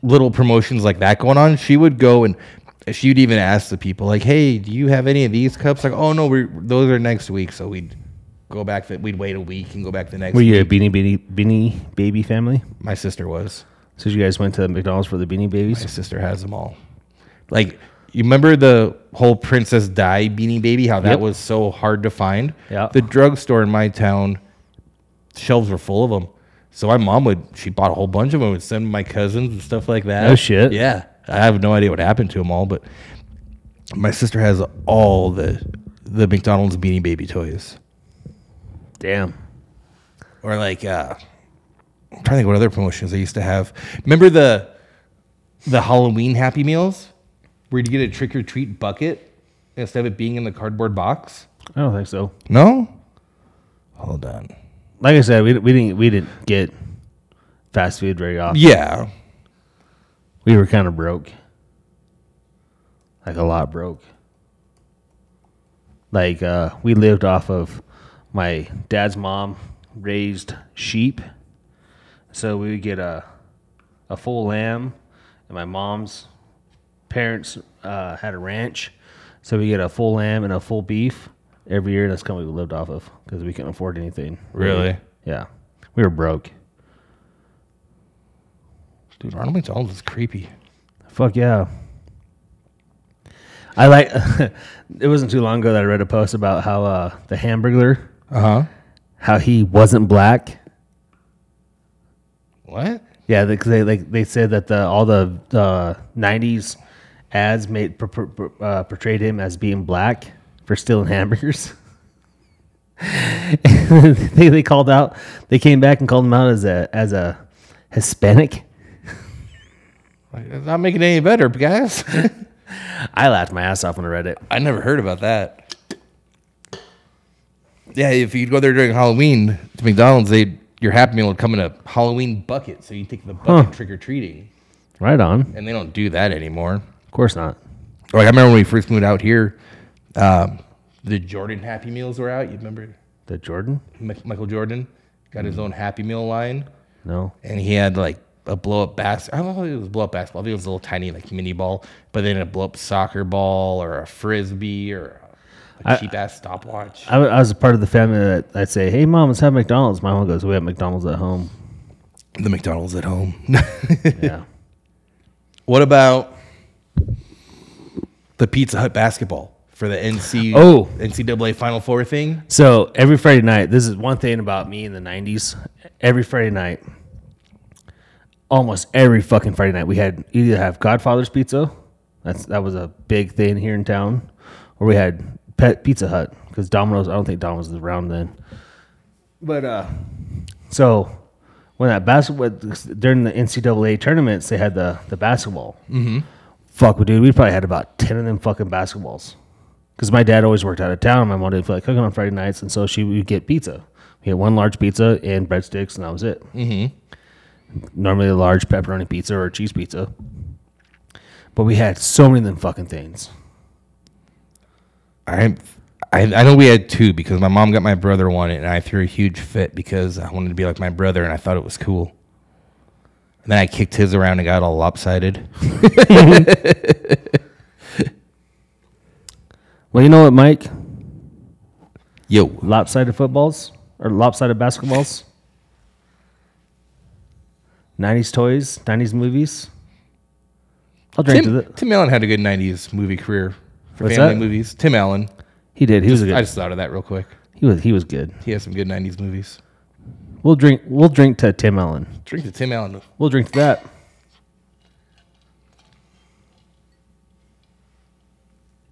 Speaker 3: little promotions like that going on, she would go and she'd even ask the people, like, "Hey, do you have any of these cups?" Like, "Oh no, we're, those are next week." So we'd go back. That we'd wait a week and go back the next.
Speaker 2: Were
Speaker 3: week.
Speaker 2: you a beanie beanie beanie baby family?
Speaker 3: My sister was.
Speaker 2: So you guys went to McDonald's for the beanie babies?
Speaker 3: My sister has them all. Like, you remember the whole Princess Di Beanie Baby? How that
Speaker 2: Yep.
Speaker 3: was so hard to find.
Speaker 2: Yeah.
Speaker 3: The drugstore in my town, shelves were full of them. So my mom would she bought a whole bunch of them and send 'em to my cousins and stuff like that.
Speaker 2: No shit.
Speaker 3: Yeah. I have no idea what happened to them all, but My sister has all the the McDonald's Beanie Baby toys,
Speaker 2: Damn.
Speaker 3: or like uh, I'm trying to think what other promotions they used to have. Remember the the Halloween Happy Meals, where you get a trick or treat bucket instead of it being in the cardboard box.
Speaker 2: I don't think so.
Speaker 3: No, hold on.
Speaker 2: Like I said, we, we didn't we didn't get fast food very often.
Speaker 3: Yeah,
Speaker 2: We were kind of broke. Like a lot broke. Like uh, we lived off of my dad's mom raised sheep. So we would get a a full lamb and my mom's parents uh, had a ranch. So we get a full lamb and a full beef every year and that's kind of what we lived off of because we couldn't afford anything.
Speaker 3: Really?
Speaker 2: Yeah. We were broke.
Speaker 3: dude, Ronald McDonald is creepy.
Speaker 2: Fuck yeah. I like. it wasn't too long ago that I read a post about how uh, the Hamburglar,
Speaker 3: Uh huh.
Speaker 2: how he wasn't black.
Speaker 3: What?
Speaker 2: Yeah, because they like they said that the all the uh, '90s ads made per, per- per- uh, portrayed him as being black for stealing hamburgers. they they called out. They came back and called him out as a as a Hispanic.
Speaker 3: Like, it's not making it any better, guys.
Speaker 2: I laughed my ass off when I read it.
Speaker 3: I never heard about that. Yeah, if you'd go there during Halloween to McDonald's, they your Happy Meal would come in a Halloween bucket, so you take the bucket
Speaker 2: Huh.
Speaker 3: trick or treating,
Speaker 2: Right on.
Speaker 3: and they don't do that anymore.
Speaker 2: Of course not.
Speaker 3: Like I remember when we first moved out here, um, the Jordan Happy Meals were out. You remember
Speaker 2: The Jordan?
Speaker 3: Mi- Michael Jordan got his own Happy Meal line,
Speaker 2: No.
Speaker 3: and he had like a blow up bas I don't know if it was blow up basketball. I think it was a little tiny like mini ball, but then a blow up soccer ball or a frisbee or a cheap ass stopwatch.
Speaker 2: I, I was a part of the family that I'd say, "Hey, mom, let's have McDonald's." My mom goes, "We have McDonald's at home."
Speaker 3: the McDonald's at home.
Speaker 2: Yeah,
Speaker 3: what about the Pizza Hut basketball for the NC
Speaker 2: Oh.
Speaker 3: NCAA Final Four thing?
Speaker 2: So every Friday night, this is one thing about me in the '90s. Every Friday night, almost every fucking Friday night, we had you either have Godfather's Pizza, that's that was a big thing here in town, or we had Pet Pizza Hut because Domino's. I don't think Domino's was around then. But uh, so when that basketball during the NCAA tournaments, they had the the basketball. Mm-hmm. Fuck, dude, we probably had about ten of them fucking basketballs because my dad always worked out of town. My mom didn't feel like cooking on Friday nights, and so she would get pizza. We had one large pizza and breadsticks, and that was it. Mm-hmm. Normally, a large pepperoni pizza or a cheese pizza, but we had so many of them fucking things.
Speaker 3: I, I I know we had two because my mom got my brother one, and I threw a huge fit because I wanted to be like my brother, and I thought it was cool. And then I kicked his around and got all lopsided.
Speaker 2: Well, you know what, Mike?
Speaker 3: Yo,
Speaker 2: Lopsided footballs or lopsided basketballs. 90s toys, 90s movies. I'll drink to
Speaker 3: Tim,
Speaker 2: that.
Speaker 3: Tim Allen had a good '90s movie career for
Speaker 2: What's
Speaker 3: family
Speaker 2: that?
Speaker 3: movies. Tim Allen,
Speaker 2: He did. He was a
Speaker 3: I
Speaker 2: good.
Speaker 3: just thought of that real quick.
Speaker 2: He was he was good.
Speaker 3: He has some good '90s movies.
Speaker 2: We'll drink we'll drink to Tim Allen.
Speaker 3: Drink the Tim Allen.
Speaker 2: We'll drink to that.